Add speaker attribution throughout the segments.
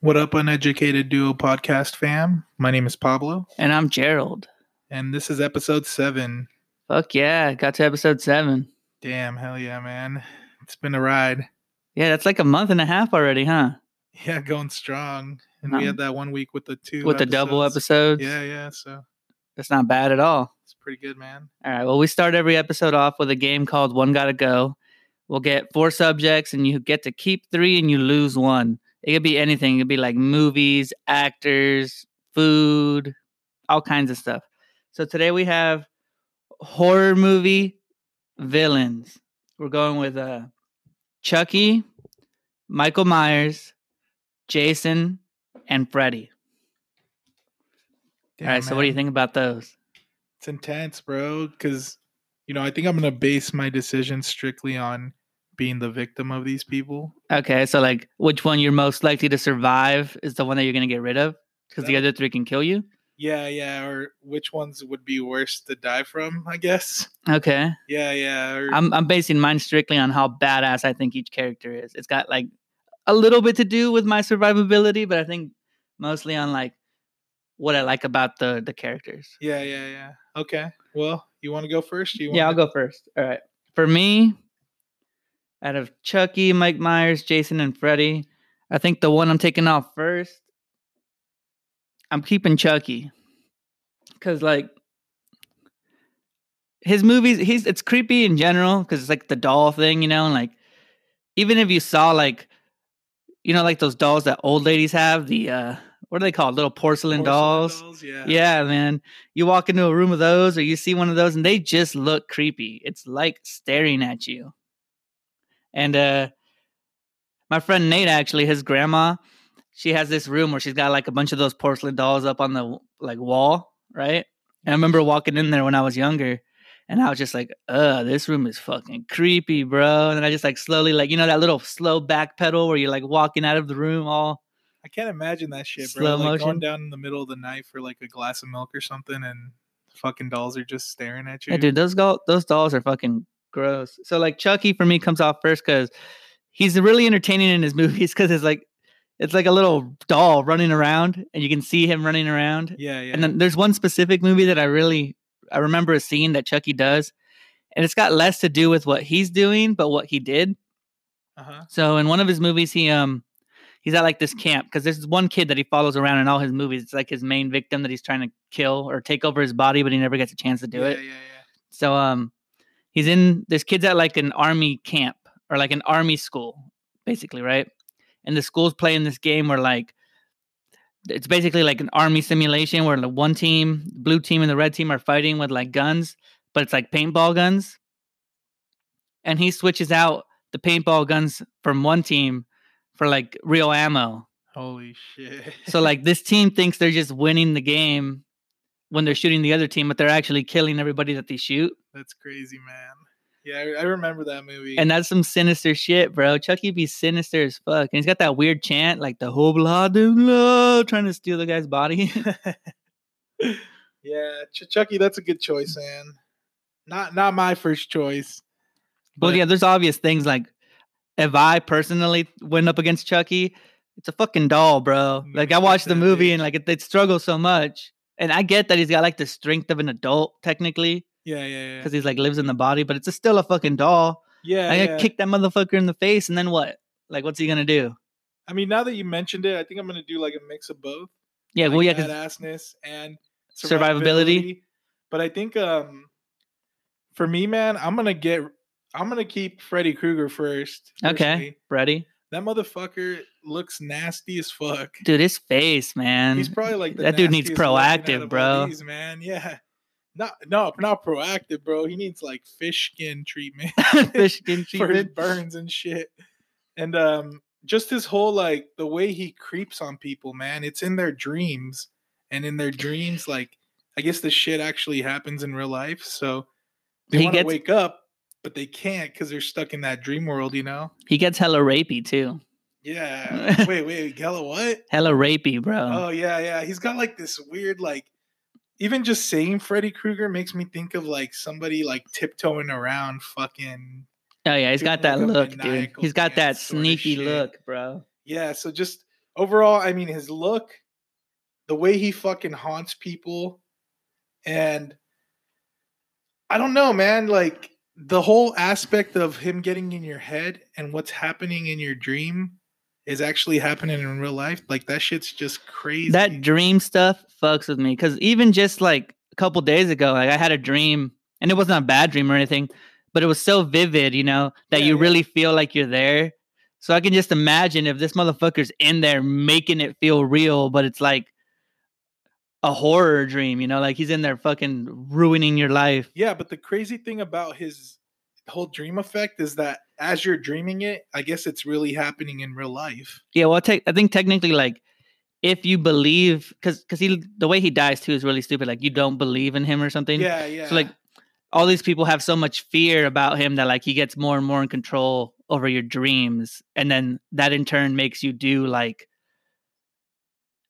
Speaker 1: What up, Uneducated Duo podcast fam? My name is Pablo,
Speaker 2: And I'm Gerald.
Speaker 1: and this is episode seven.
Speaker 2: Fuck yeah. Got to episode seven.
Speaker 1: Damn, hell yeah, man. It's been a ride.
Speaker 2: Yeah, that's like a month and a half already, huh?
Speaker 1: Yeah, going strong. And we
Speaker 2: Um,
Speaker 1: had that one week with the two.
Speaker 2: With the double episodes.
Speaker 1: Yeah, yeah. So
Speaker 2: That's not bad at all.
Speaker 1: it's pretty good, man.
Speaker 2: All right. Well, we start every episode off with a game called One Gotta Go. We'll get four subjects, and you get to keep three and you lose one. It could be anything. It could be like movies, actors, food, all kinds of stuff. So today we have horror movie villains. We're going with uh, Chucky, Michael Myers, Jason, and Freddy.
Speaker 1: Damn,
Speaker 2: all right. So, what do you
Speaker 1: man.
Speaker 2: think about those?
Speaker 1: It's intense, bro. Because you know, I think I'm gonna base my decision strictly on being the victim of these people.
Speaker 2: Okay, so like which one you're most likely to survive is the one that you're gonna get rid of because the
Speaker 1: That-
Speaker 2: other three can kill you.
Speaker 1: Yeah, yeah. Or which ones would be worse to die from? I guess.
Speaker 2: Okay,
Speaker 1: Yeah, yeah. Or,
Speaker 2: I'm I'm basing mine strictly on how badass I think each character is. It's got like a little bit to do with my survivability, but I think mostly on like what I like about the the characters.
Speaker 1: yeah, yeah, yeah. Okay. Well, you want to go first? You
Speaker 2: Yeah, I'll
Speaker 1: wanna-
Speaker 2: go first. All right. For me, out of Chucky, Mike Myers, Jason, and Freddy, I think the one I'm taking off first, I'm keeping Chucky. Cause like his movies, he's it's creepy in general, because it's like the doll thing, you know, and like even if you saw like you know, like those dolls that old ladies have, the uh what are they called? Little porcelain, dolls.
Speaker 1: Yeah.
Speaker 2: Yeah, man. You walk into a room of those or you see one of those and they just look creepy. It's like staring at you. And uh my friend Nate actually, his grandma, she has this room where she's got like a bunch of those porcelain dolls up on the w- like wall, right? And I remember walking in there when I was younger and I was just like, uh, this room is fucking creepy, bro. And then I just like slowly like, you know, that little slow back pedal where you're like walking out of the room all
Speaker 1: I can't imagine that shit, bro.
Speaker 2: Slow
Speaker 1: like going
Speaker 2: motion.
Speaker 1: down in the middle of the night for like a glass of milk or something, and fucking dolls are just staring at you.
Speaker 2: Yeah, dude, those go- those dolls are fucking gross. So like Chucky for me comes off first because he's really entertaining in his movies because it's like it's like a little doll running around and you can see him running around.
Speaker 1: Yeah, yeah.
Speaker 2: And then there's one specific movie that I really I remember a scene that Chucky does, and it's got less to do with what he's doing, but what he did.
Speaker 1: uh-huh.
Speaker 2: So in one of his movies, he um he's at like this camp because there's this one kid that he follows around in all his movies. It's like his main victim that he's trying to kill or take over his body, but he never gets a chance to do
Speaker 1: yeah,
Speaker 2: it.
Speaker 1: Yeah, yeah,
Speaker 2: So um he's in this kid's at like an army camp or like an army school, basically, right? And the school's playing this game where like it's basically like an army simulation where the one team, blue team and the red team are fighting with like guns, but it's like paintball guns. And he switches out the paintball guns from one team for like real ammo.
Speaker 1: Holy shit.
Speaker 2: So like this team thinks they're just winning the game when they're shooting the other team, but they're actually killing everybody that they shoot.
Speaker 1: That's crazy, man. Yeah, I, I remember that movie.
Speaker 2: And that's some sinister shit, bro. Chucky be sinister as fuck. And he's got that weird chant, like the hobla doobla, trying to steal the guy's body.
Speaker 1: yeah, Ch- Chucky, that's a good choice, man. Not not my first choice.
Speaker 2: well,
Speaker 1: but-
Speaker 2: yeah, there's obvious things like if I personally went up against Chucky, it's a fucking doll, bro.
Speaker 1: Mm,
Speaker 2: Like I watched the
Speaker 1: that
Speaker 2: movie
Speaker 1: is.
Speaker 2: and like it, they struggle so much. And I get that he's got like the strength of an adult technically
Speaker 1: Yeah, yeah, yeah.
Speaker 2: because he's like lives in the body, but it's a- still a fucking doll.
Speaker 1: Yeah,
Speaker 2: I
Speaker 1: yeah.
Speaker 2: gotta kick that motherfucker in the face and then what? Like, what's he gonna do?
Speaker 1: I mean, now that you mentioned it, I think I'm gonna do like a mix of both.
Speaker 2: Yeah, well, yeah,
Speaker 1: like
Speaker 2: 'cause-
Speaker 1: badassness and
Speaker 2: Survivability.
Speaker 1: But I think um for me, man, I'm gonna get I'm gonna keep Freddy Krueger first.
Speaker 2: Okay.
Speaker 1: personally.
Speaker 2: Freddy,
Speaker 1: That motherfucker looks nasty as fuck.
Speaker 2: dude, his face, man.
Speaker 1: He's probably like the
Speaker 2: that dude needs
Speaker 1: nastiest looking out of
Speaker 2: proactive,
Speaker 1: all
Speaker 2: bro.
Speaker 1: these, man, yeah. Not no, not proactive, bro. He needs like fish skin treatment
Speaker 2: fish skin
Speaker 1: for his
Speaker 2: treatment.
Speaker 1: burns and shit. And um just his whole like the way he creeps on people, man, it's in their dreams. And in their dreams, like I guess the shit actually happens in real life. So they
Speaker 2: He
Speaker 1: want to
Speaker 2: gets-
Speaker 1: wake up, but they can't because they're stuck in that dream world, you know?
Speaker 2: He gets hella rapey too.
Speaker 1: Yeah. wait, wait, Gella, what?
Speaker 2: Hella rapey, bro.
Speaker 1: Oh yeah, yeah. He's got like this weird like even just saying Freddy Krueger makes me think of like somebody like tiptoeing around fucking
Speaker 2: Oh yeah, he's
Speaker 1: Dude,
Speaker 2: got that
Speaker 1: like a
Speaker 2: look, dude.
Speaker 1: maniacal
Speaker 2: He's got that
Speaker 1: dance sorta
Speaker 2: sneaky
Speaker 1: shit.
Speaker 2: look, bro.
Speaker 1: yeah, so just overall, I mean, his look, the way he fucking haunts people, and I don't know, man, like the whole aspect of him getting in your head and what's happening in your dream is actually happening in real life. Like that shit's just crazy.
Speaker 2: That dream stuff fucks with me because even just like a couple days ago, like I had a dream, and it wasn't a bad dream or anything, but it was so vivid, you know, that
Speaker 1: Yeah,
Speaker 2: you
Speaker 1: yeah.
Speaker 2: really feel like you're there. So I can just imagine if this motherfucker's in there making it feel real, but it's like a horror dream, you know, like he's in there fucking ruining your life.
Speaker 1: Yeah, but the crazy thing about his whole dream effect is that as you're dreaming it, I guess it's really happening in real life.
Speaker 2: Yeah, well, te- I think technically, like, if you believe, because because he the way he dies too is really stupid. Like, you don't believe in him or something.
Speaker 1: Yeah, yeah.
Speaker 2: So like, all these people have so much fear about him that like he gets more and more in control over your dreams, and then that in turn makes you do like.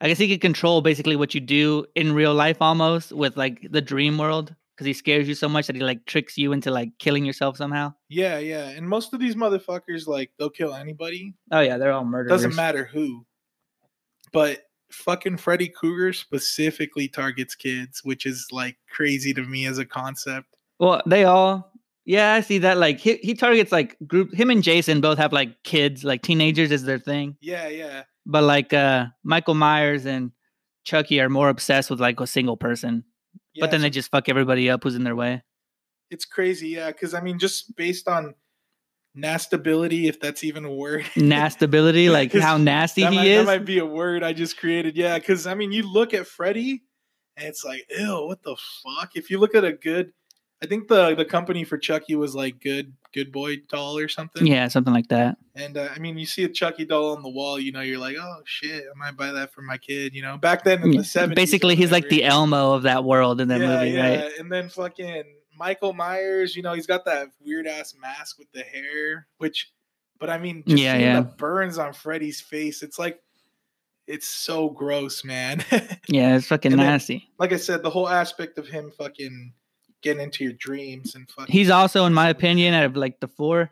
Speaker 2: I guess he could control basically what you do in real life almost with like the dream world because he scares you so much that he like tricks you into like killing yourself somehow.
Speaker 1: yeah, yeah. And most of these motherfuckers, like, they'll kill anybody.
Speaker 2: Oh yeah, they're all murderers.
Speaker 1: Doesn't matter who. But fucking Freddy Krueger specifically targets kids, which is like crazy to me as a concept.
Speaker 2: Well, they all. Yeah, I see that. Like he, he targets like group. Him and Jason both have like kids, like teenagers is their thing.
Speaker 1: Yeah, yeah.
Speaker 2: But like uh Michael Myers and Chucky are more obsessed with like a single person.
Speaker 1: yeah
Speaker 2: but then
Speaker 1: so
Speaker 2: they just fuck everybody up who's in their way.
Speaker 1: it's crazy, yeah. Because I mean, just based on nastability, if that's even a word.
Speaker 2: Nastability, like
Speaker 1: His-
Speaker 2: how nasty
Speaker 1: that,
Speaker 2: he
Speaker 1: might, that
Speaker 2: is.
Speaker 1: might be a word I just created. Yeah, because I mean, you look at Freddy, and it's like, ew, what the fuck? If you look at a good, I think the the company for Chucky was like good good boy doll or something.
Speaker 2: yeah, something like that.
Speaker 1: And uh, I mean, you see a Chucky doll on the wall, you know, you're like, oh shit, I might buy that for my kid. You know, back then in
Speaker 2: Yeah.
Speaker 1: the seventies.
Speaker 2: Basically, he's like the Elmo of that world in that movie, right?
Speaker 1: And then fucking Michael Myers, you know, he's got that weird ass mask with the hair, which, but I mean, just
Speaker 2: Yeah,
Speaker 1: seeing
Speaker 2: yeah.
Speaker 1: the burns on Freddy's face, it's like, it's so gross, man.
Speaker 2: Yeah, it's fucking
Speaker 1: And then-
Speaker 2: nasty.
Speaker 1: like I said, the whole aspect of him fucking getting into your dreams and fucking.
Speaker 2: He's also, in my opinion, out of like the four,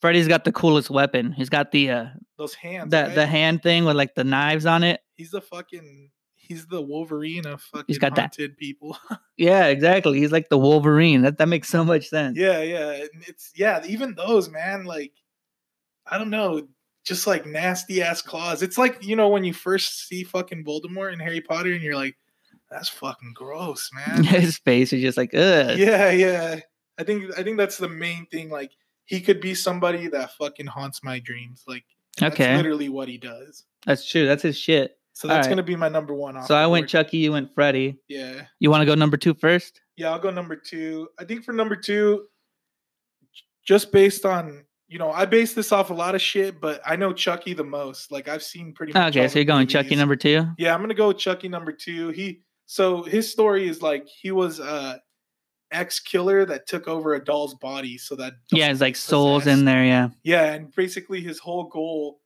Speaker 2: Freddy's got the coolest weapon. He's got the uh
Speaker 1: those hands.
Speaker 2: the
Speaker 1: right?
Speaker 2: the hand thing with like the knives on it.
Speaker 1: he's the fucking. He's the Wolverine of fucking
Speaker 2: got that-
Speaker 1: haunted people.
Speaker 2: Yeah, exactly. He's like the Wolverine. That that makes so much sense.
Speaker 1: yeah, yeah. and It's yeah. Even those man, like, I don't know, just like nasty ass claws. It's like you know when you first see fucking Voldemort in Harry Potter, and you're like, that's fucking gross, man.
Speaker 2: His face is just like, ugh.
Speaker 1: yeah, yeah. I think I think that's the main thing. Like, he could be somebody that fucking haunts my dreams. Like, and
Speaker 2: Okay.
Speaker 1: that's literally what he does.
Speaker 2: That's true. That's his shit.
Speaker 1: So that's
Speaker 2: Alright.
Speaker 1: gonna be my number one. off
Speaker 2: So
Speaker 1: the
Speaker 2: I went
Speaker 1: board.
Speaker 2: Chucky, you went Freddy.
Speaker 1: yeah,
Speaker 2: You want to go number two first?
Speaker 1: yeah. I'll go number two. I think for number two, j- just based on you know, I base this off a lot of shit, but I know Chucky the most. Like I've seen pretty much.
Speaker 2: Okay,
Speaker 1: all
Speaker 2: so
Speaker 1: the
Speaker 2: you're going Chucky
Speaker 1: movies.
Speaker 2: number two?
Speaker 1: Yeah, I'm gonna go with Chucky number two. He so his story is like he was a ex killer that took over a doll's body, so that doll
Speaker 2: Yeah, it's like
Speaker 1: was
Speaker 2: souls
Speaker 1: possessed.
Speaker 2: in there, yeah.
Speaker 1: Yeah, and basically his whole goal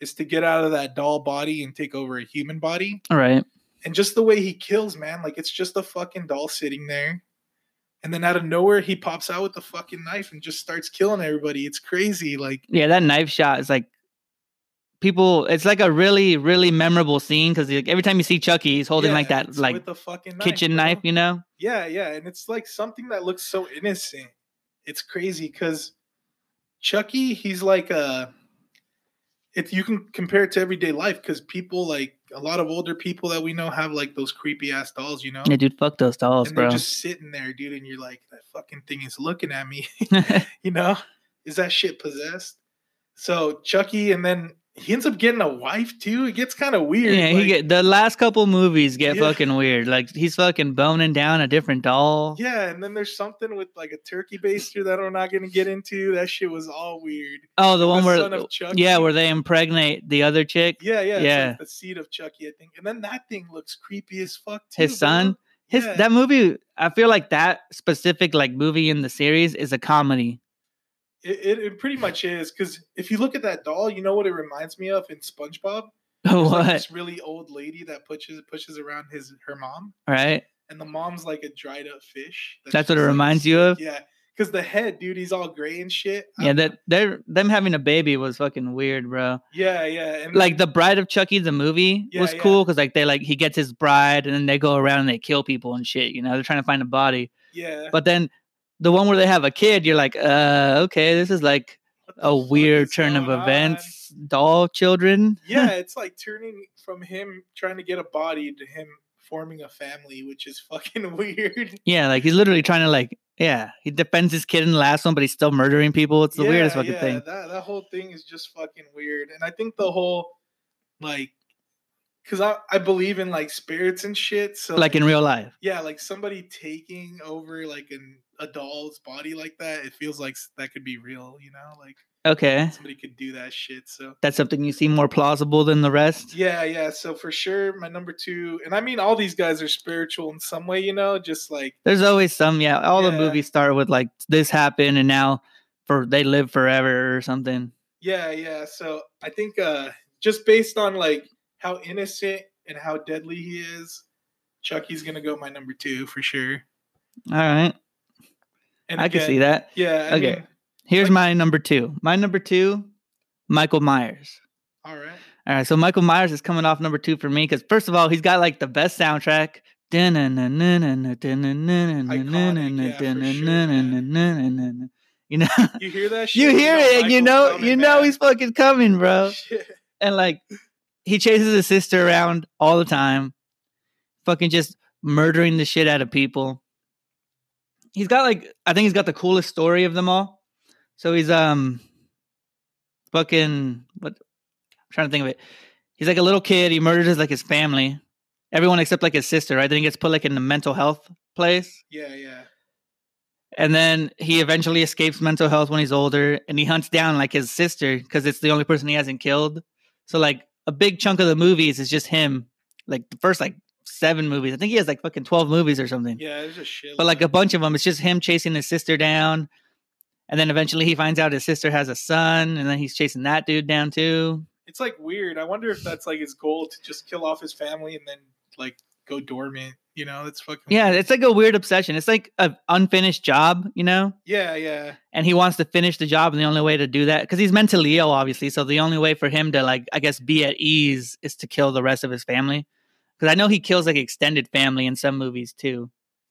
Speaker 1: is to get out of that doll body and take over a human body.
Speaker 2: All right.
Speaker 1: and just the way he kills, man, like it's just a fucking doll sitting there. And then out of nowhere, he pops out with the fucking knife and just starts killing everybody. It's crazy. Like,
Speaker 2: Yeah, that knife shot is like people it's like a really, really memorable scene because like, every time you see Chucky, he's holding like
Speaker 1: yeah,
Speaker 2: that
Speaker 1: it's
Speaker 2: like
Speaker 1: with the fucking
Speaker 2: kitchen
Speaker 1: you know?
Speaker 2: knife, you know?
Speaker 1: Yeah, yeah, and it's like something that looks so innocent. It's crazy because Chucky, he's like a. If you can compare it to everyday life, because people like a lot of older people that we know have like those creepy ass dolls, you know,
Speaker 2: Yeah, dude, fuck those dolls,
Speaker 1: and they're
Speaker 2: bro.
Speaker 1: just sitting there, dude, and you're like, that fucking thing is looking at me. you know is that shit possessed so chucky and then he ends up getting a wife too it gets kind of weird
Speaker 2: Yeah, he
Speaker 1: like-
Speaker 2: get the last couple movies get
Speaker 1: Yeah.
Speaker 2: fucking weird. Like he's fucking boning down a different doll.
Speaker 1: yeah and then there's something with like a turkey baster that i'm not gonna get into that shit was all weird
Speaker 2: Oh, the one
Speaker 1: The
Speaker 2: where
Speaker 1: son of Chucky.
Speaker 2: yeah, where they impregnate the other chick,
Speaker 1: yeah yeah it's like
Speaker 2: Yeah.
Speaker 1: the seed of chucky i think and then that thing looks creepy as fuck too,
Speaker 2: his
Speaker 1: bro.
Speaker 2: son. His
Speaker 1: Yeah.
Speaker 2: that movie, I feel like that specific like movie in the series is a comedy.
Speaker 1: it, it, it pretty much is because if you look at that doll you know what it reminds me of in spongebob There's,
Speaker 2: what
Speaker 1: like, this really old lady that pushes pushes around his her mom
Speaker 2: right?
Speaker 1: and the mom's like a dried up fish. that
Speaker 2: That's what it
Speaker 1: just, like,
Speaker 2: reminds you of.
Speaker 1: Yeah, because the head, dude, he's all gray and shit. I-
Speaker 2: Yeah, that they're them having a baby was fucking weird, bro.
Speaker 1: yeah, yeah. And
Speaker 2: Like the Bride of Chucky, the movie
Speaker 1: Yeah,
Speaker 2: was
Speaker 1: yeah.
Speaker 2: cool because like they like he gets his bride and then they go around and they kill people and shit. You know, they're trying to find a body.
Speaker 1: yeah,
Speaker 2: But then the one where they have a kid, you're like, uh, okay, this is like
Speaker 1: What the
Speaker 2: a
Speaker 1: fuck
Speaker 2: weird
Speaker 1: is
Speaker 2: turn of
Speaker 1: going on?
Speaker 2: events. Doll children.
Speaker 1: yeah, it's like turning from him trying to get a body to him forming a family, which is fucking weird.
Speaker 2: Yeah, like he's literally trying to like, yeah, he defends his kid in the last one, but he's still murdering people. It's the weirdest fucking thing.
Speaker 1: That that whole thing is just fucking weird, and I think the whole like, because I I believe in like spirits and shit. So
Speaker 2: Like in real life.
Speaker 1: yeah, like somebody taking over like an a doll's body like that, it feels like s- that could be real. You know, like
Speaker 2: Okay,
Speaker 1: somebody could do that shit. So
Speaker 2: that's something you see more plausible than the rest.
Speaker 1: yeah, yeah. So for sure, my number two, and I mean all these guys are spiritual in some way. You know, just like.
Speaker 2: There's always some, yeah. All the
Speaker 1: Yeah.
Speaker 2: movies start with like this happened and now for they live forever or something.
Speaker 1: Yeah, yeah. So I think uh just based on like how innocent and how deadly he is, Chucky's gonna go my number two for sure.
Speaker 2: All right,
Speaker 1: And
Speaker 2: I can see that.
Speaker 1: Yeah. I
Speaker 2: Okay.
Speaker 1: mean,
Speaker 2: Here's
Speaker 1: Like-
Speaker 2: my number two. My number two, Michael Myers.
Speaker 1: all right.
Speaker 2: All right, so Michael Myers is coming off number two for me because first of all, he's got like the best soundtrack. You know,
Speaker 1: You hear that? Shit?
Speaker 2: you hear it, and
Speaker 1: Michael's
Speaker 2: you know,
Speaker 1: coming,
Speaker 2: you know
Speaker 1: man.
Speaker 2: he's fucking coming, bro.
Speaker 1: Shit.
Speaker 2: And like, he chases his sister around all the time, fucking just murdering the shit out of people. He's got like, I think he's got the coolest story of them all. So he's um, fucking what? I'm trying to think of it. He's like a little kid. He murders his like his family, everyone except like his sister. Right? Then he gets put like in the mental health place.
Speaker 1: Yeah, yeah.
Speaker 2: And then he eventually escapes mental health when he's older and he hunts down like his sister because it's the only person he hasn't killed. So, like, a big chunk of the movies is just him. Like, the first like seven movies. I think he has like fucking 12 movies or something.
Speaker 1: Yeah, it's just shit.
Speaker 2: But like a bunch of them, it's just him chasing his sister down. And then eventually he finds out his sister has a son and then he's chasing that dude down too.
Speaker 1: it's like weird. I wonder if that's like his goal to just kill off his family and then like go dormant. You know, that's fucking
Speaker 2: Yeah, it's like a weird obsession. It's like an unfinished job, you know?
Speaker 1: Yeah, yeah.
Speaker 2: and he wants to finish the job and the only way to do that because he's mentally ill obviously so the only way for him to like i guess be at ease is to kill the rest of his family because i know he kills like extended family in some movies too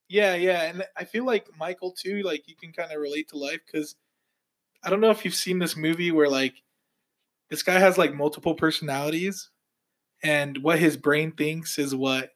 Speaker 1: Yeah, yeah, and I feel like Michael too. Like you can kind of relate to life because I don't know if you've seen this movie where like this guy has like multiple personalities, and what his brain thinks is what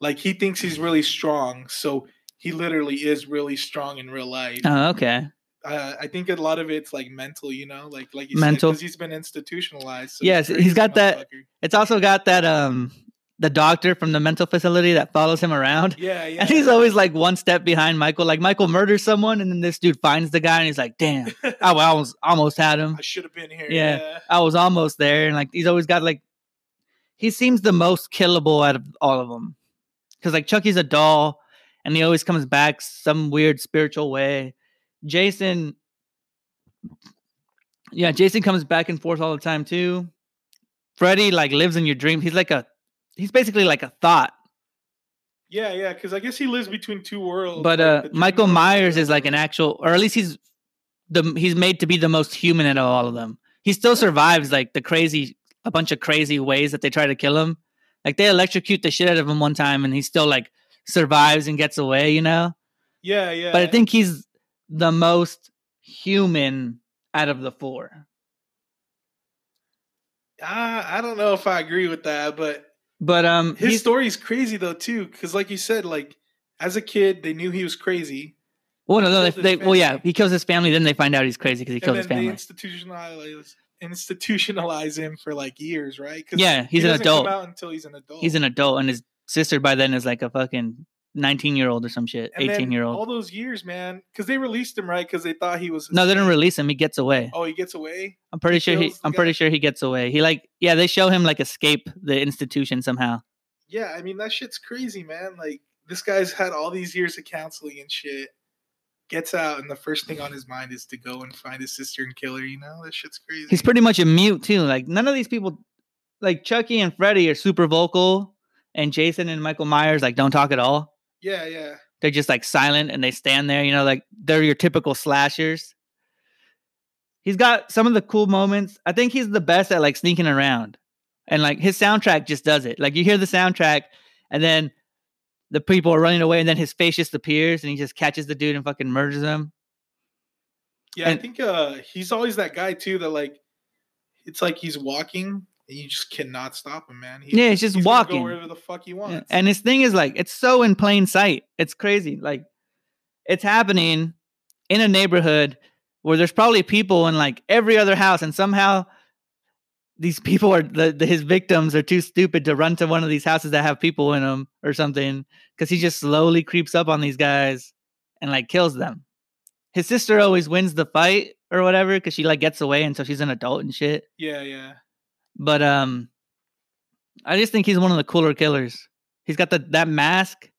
Speaker 1: like he thinks he's really strong, so he literally is really strong in real life.
Speaker 2: oh okay
Speaker 1: Uh, I think a lot of it's like mental, you know, like like you
Speaker 2: Mental.
Speaker 1: because he's been institutionalized. So
Speaker 2: Yes,
Speaker 1: crazy
Speaker 2: he's got that-
Speaker 1: motherfucker.
Speaker 2: it's also got that um the doctor from the mental facility that follows him around
Speaker 1: Yeah, yeah.
Speaker 2: and he's always like one step behind michael like michael murders someone and then this dude finds the guy and he's like damn i almost almost had him
Speaker 1: I should have been here.
Speaker 2: Yeah.
Speaker 1: yeah.
Speaker 2: I was almost there. And like, he's always got like, he seems the most killable out of all of them. Cause like Chucky's a doll and he always comes back some weird spiritual way. Jason, yeah, Jason comes back and forth all the time too. Freddy like lives in your dream. He's like a, he's basically like a thought.
Speaker 1: Yeah, yeah, because I guess he lives between two worlds.
Speaker 2: But
Speaker 1: like
Speaker 2: uh,
Speaker 1: the dream
Speaker 2: Michael
Speaker 1: world and
Speaker 2: Myers
Speaker 1: the
Speaker 2: is like an
Speaker 1: real world.
Speaker 2: actual, or at least he's the he's made to be the most human out of all of them. He still survives like the crazy, a bunch of crazy ways that they try to kill him. Like they electrocute the shit out of him one time, and he still like survives and gets away. You know.
Speaker 1: Yeah, yeah.
Speaker 2: But I think he's the most human out of the four.
Speaker 1: Ah, I don't know if I agree with that, but
Speaker 2: But um,
Speaker 1: his
Speaker 2: he's-
Speaker 1: story's crazy though too. Because like you said, like as a kid, they knew he was crazy,
Speaker 2: well, no, no,
Speaker 1: killed
Speaker 2: they,
Speaker 1: his
Speaker 2: they- well, yeah,
Speaker 1: family.
Speaker 2: he kills his family. Then they find out he's crazy because he
Speaker 1: and
Speaker 2: killed
Speaker 1: then
Speaker 2: his
Speaker 1: they
Speaker 2: family.
Speaker 1: institutionalize institutionalize him for like years, right? 'Cause
Speaker 2: Yeah,
Speaker 1: he
Speaker 2: he's an
Speaker 1: doesn't come
Speaker 2: adult.
Speaker 1: out until he's an adult.
Speaker 2: He's an adult, and his sister by then is like a fucking nineteen-year-old or some shit,
Speaker 1: And then
Speaker 2: eighteen-year-old.
Speaker 1: All those years, man, because they released him right because they thought he was.
Speaker 2: No, they didn't release him. He gets away.
Speaker 1: Oh, he gets away.
Speaker 2: I'm pretty sure he.
Speaker 1: kills the
Speaker 2: I'm
Speaker 1: guy.
Speaker 2: pretty sure he gets away. He like yeah, they show him like escape the institution somehow.
Speaker 1: Yeah, I mean that shit's crazy, man. Like this guy's had all these years of counseling and shit. Gets out, and the first thing on his mind is to go and find his sister and kill her. You know that shit's crazy.
Speaker 2: He's pretty much a mute too. Like none of these people, like Chucky and Freddy, are super vocal, and Jason and Michael Myers like don't talk at all.
Speaker 1: Yeah, yeah.
Speaker 2: They're just like silent and they stand there, you know, like they're your typical slashers. He's got some of the cool moments. I think he's the best at like sneaking around. And like his soundtrack just does it. Like you hear the soundtrack and then the people are running away and then his face just appears and he just catches the dude and fucking murders him.
Speaker 1: Yeah,
Speaker 2: And-
Speaker 1: I think uh he's always that guy too that like it's like he's walking and you just cannot stop him, man. He,
Speaker 2: Yeah, he's just
Speaker 1: he's gonna
Speaker 2: walking.
Speaker 1: go wherever the fuck he
Speaker 2: Yeah,
Speaker 1: wants.
Speaker 2: And his thing is like it's so in plain sight. It's crazy. Like it's happening in a neighborhood where there's probably people in like every other house, and somehow these people are the, the his victims are too stupid to run to one of these houses that have people in them or something because he just slowly creeps up on these guys and like kills them. His sister always wins the fight or whatever because she like gets away and so she's an adult and shit.
Speaker 1: yeah, yeah.
Speaker 2: But um, I just think he's one of the cooler killers. He's got the that mask,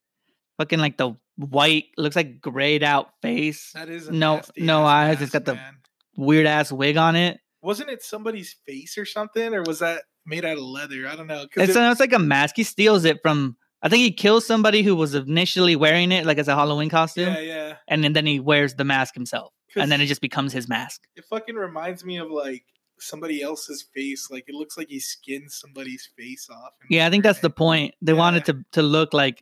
Speaker 2: fucking like the white, looks like grayed out face,
Speaker 1: That is a
Speaker 2: No-
Speaker 1: nasty
Speaker 2: no
Speaker 1: ass
Speaker 2: eyes, it's
Speaker 1: mask,
Speaker 2: got the-
Speaker 1: man.
Speaker 2: weird ass wig on it.
Speaker 1: Wasn't it somebody's face or something, or was that made out of leather? I don't know. 'cause
Speaker 2: It's,
Speaker 1: it-
Speaker 2: uh, it's like a mask. He steals it from. I think he kills somebody who was initially wearing it like as a Halloween costume,
Speaker 1: yeah, yeah.
Speaker 2: and then, then he wears the mask himself,
Speaker 1: 'Cause
Speaker 2: and then it just becomes his mask.
Speaker 1: it fucking reminds me of like somebody else's face. Like it looks like he skinned somebody's face off. and
Speaker 2: Yeah, I think
Speaker 1: wore
Speaker 2: that's the
Speaker 1: it.
Speaker 2: point. They wanted
Speaker 1: Yeah.
Speaker 2: to to look like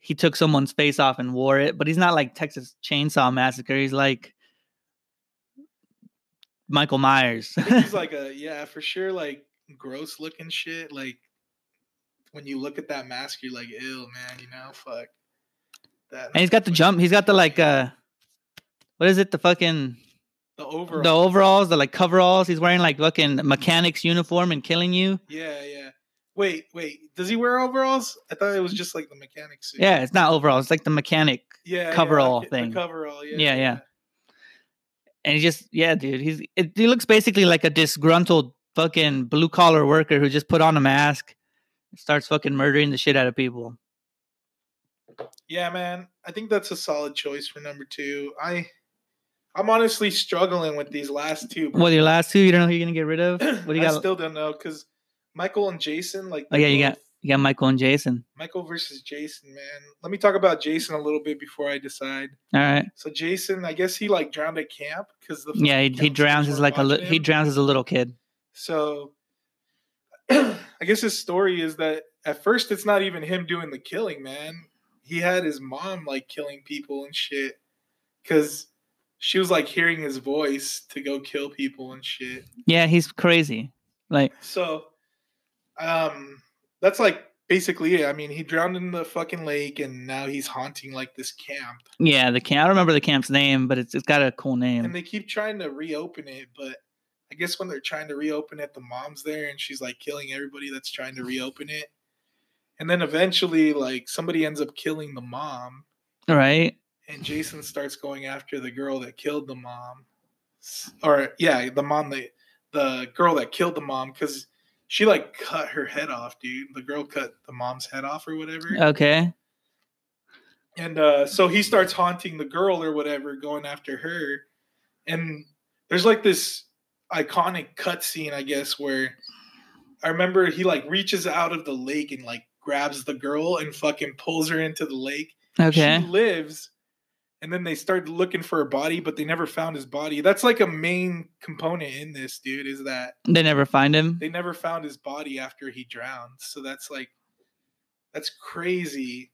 Speaker 2: he took someone's face off and wore it, but he's not like Texas Chainsaw Massacre. He's like Michael Myers.
Speaker 1: I think he's like a yeah for sure like gross looking shit. Like when you look at that mask, you're like, ill man. You know, fuck. That
Speaker 2: and he's got the jump. He's got the like uh what is it? The fucking
Speaker 1: the overall.
Speaker 2: the overalls, the like coveralls. He's wearing like fucking mechanics uniform and killing you.
Speaker 1: Yeah, yeah. Wait, wait. Does he wear overalls? I thought it was just like the mechanic suit.
Speaker 2: Yeah, it's not overalls. It's like the mechanic.
Speaker 1: yeah. yeah,
Speaker 2: coverall
Speaker 1: the
Speaker 2: thing.
Speaker 1: Coverall. Yeah,
Speaker 2: Yeah, yeah. And he just yeah, dude. He's it, he looks basically like a disgruntled fucking blue collar worker who just put on a mask, and starts fucking murdering the shit out of people.
Speaker 1: Yeah, man. I think that's a solid choice for number two. I, I'm honestly struggling with these last two.
Speaker 2: What your last two? You don't know who you're gonna get rid of. What do you
Speaker 1: I
Speaker 2: got?
Speaker 1: still don't know because Michael and Jason, like,
Speaker 2: Oh, yeah,
Speaker 1: they're
Speaker 2: you
Speaker 1: both-
Speaker 2: you got Michael and Jason.
Speaker 1: Michael versus Jason, man. Let me talk about Jason a little bit before I decide.
Speaker 2: All right.
Speaker 1: So Jason, I guess he like drowned at camp because the
Speaker 2: Yeah, he,
Speaker 1: fucking
Speaker 2: he
Speaker 1: counselors
Speaker 2: drowns as
Speaker 1: weren't
Speaker 2: like a li-
Speaker 1: watching
Speaker 2: he
Speaker 1: him.
Speaker 2: drowns as a little kid.
Speaker 1: So I guess his story is that at first it's not even him doing the killing, man. He had his mom like killing people and shit cuz she was like hearing his voice to go kill people and shit.
Speaker 2: Yeah, he's crazy. Like
Speaker 1: So um that's like basically it. I mean, he drowned in the fucking lake and now he's haunting like this camp.
Speaker 2: yeah, the camp. I don't remember the camp's name, but it's it's got a cool name.
Speaker 1: And they keep trying to reopen it, but I guess when they're trying to reopen it, the mom's there and she's like killing everybody that's trying to reopen it. And then eventually, like somebody ends up killing the mom,
Speaker 2: All right.
Speaker 1: and Jason starts going after the girl that killed the mom, S- or yeah, the mom that the girl that killed the mom because she like cut her head off, dude. The girl cut the mom's head off or whatever.
Speaker 2: Okay.
Speaker 1: And uh, so he starts haunting the girl or whatever, going after her. And there's like this iconic cutscene, I guess, where I remember he like reaches out of the lake and like grabs the girl and fucking pulls her into the lake.
Speaker 2: Okay.
Speaker 1: She lives. And then they start looking for her body, but they never found his body. That's like a main component in this, dude, is that
Speaker 2: They never find him.
Speaker 1: they never found his body after he drowned. So that's like that's crazy.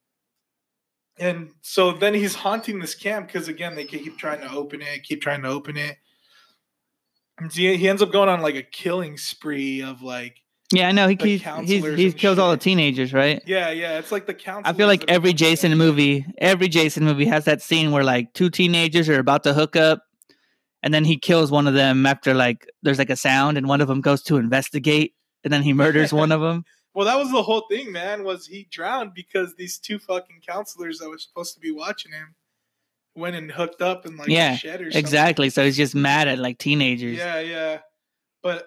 Speaker 1: And so then he's haunting this camp because again they keep trying to open it, keep trying to open it. And he he ends up going on like a killing spree of like
Speaker 2: Yeah, I know. He
Speaker 1: the
Speaker 2: he's, he's,
Speaker 1: counselors
Speaker 2: he
Speaker 1: and
Speaker 2: kills all the
Speaker 1: shit.
Speaker 2: teenagers, right?
Speaker 1: yeah yeah it's like the council.
Speaker 2: I feel like every Jason movie, every Jason movie has that scene where like two teenagers are about to hook up, and then he kills one of them after like there's like a sound, and one of them goes to investigate, and then he murders one of them.
Speaker 1: Well, that was the whole thing, man. Was he drowned because these two fucking counselors that were supposed to be watching him went and hooked up in like
Speaker 2: Yeah,
Speaker 1: a shed or something.
Speaker 2: Exactly. So he's just mad at like teenagers.
Speaker 1: Yeah, yeah. But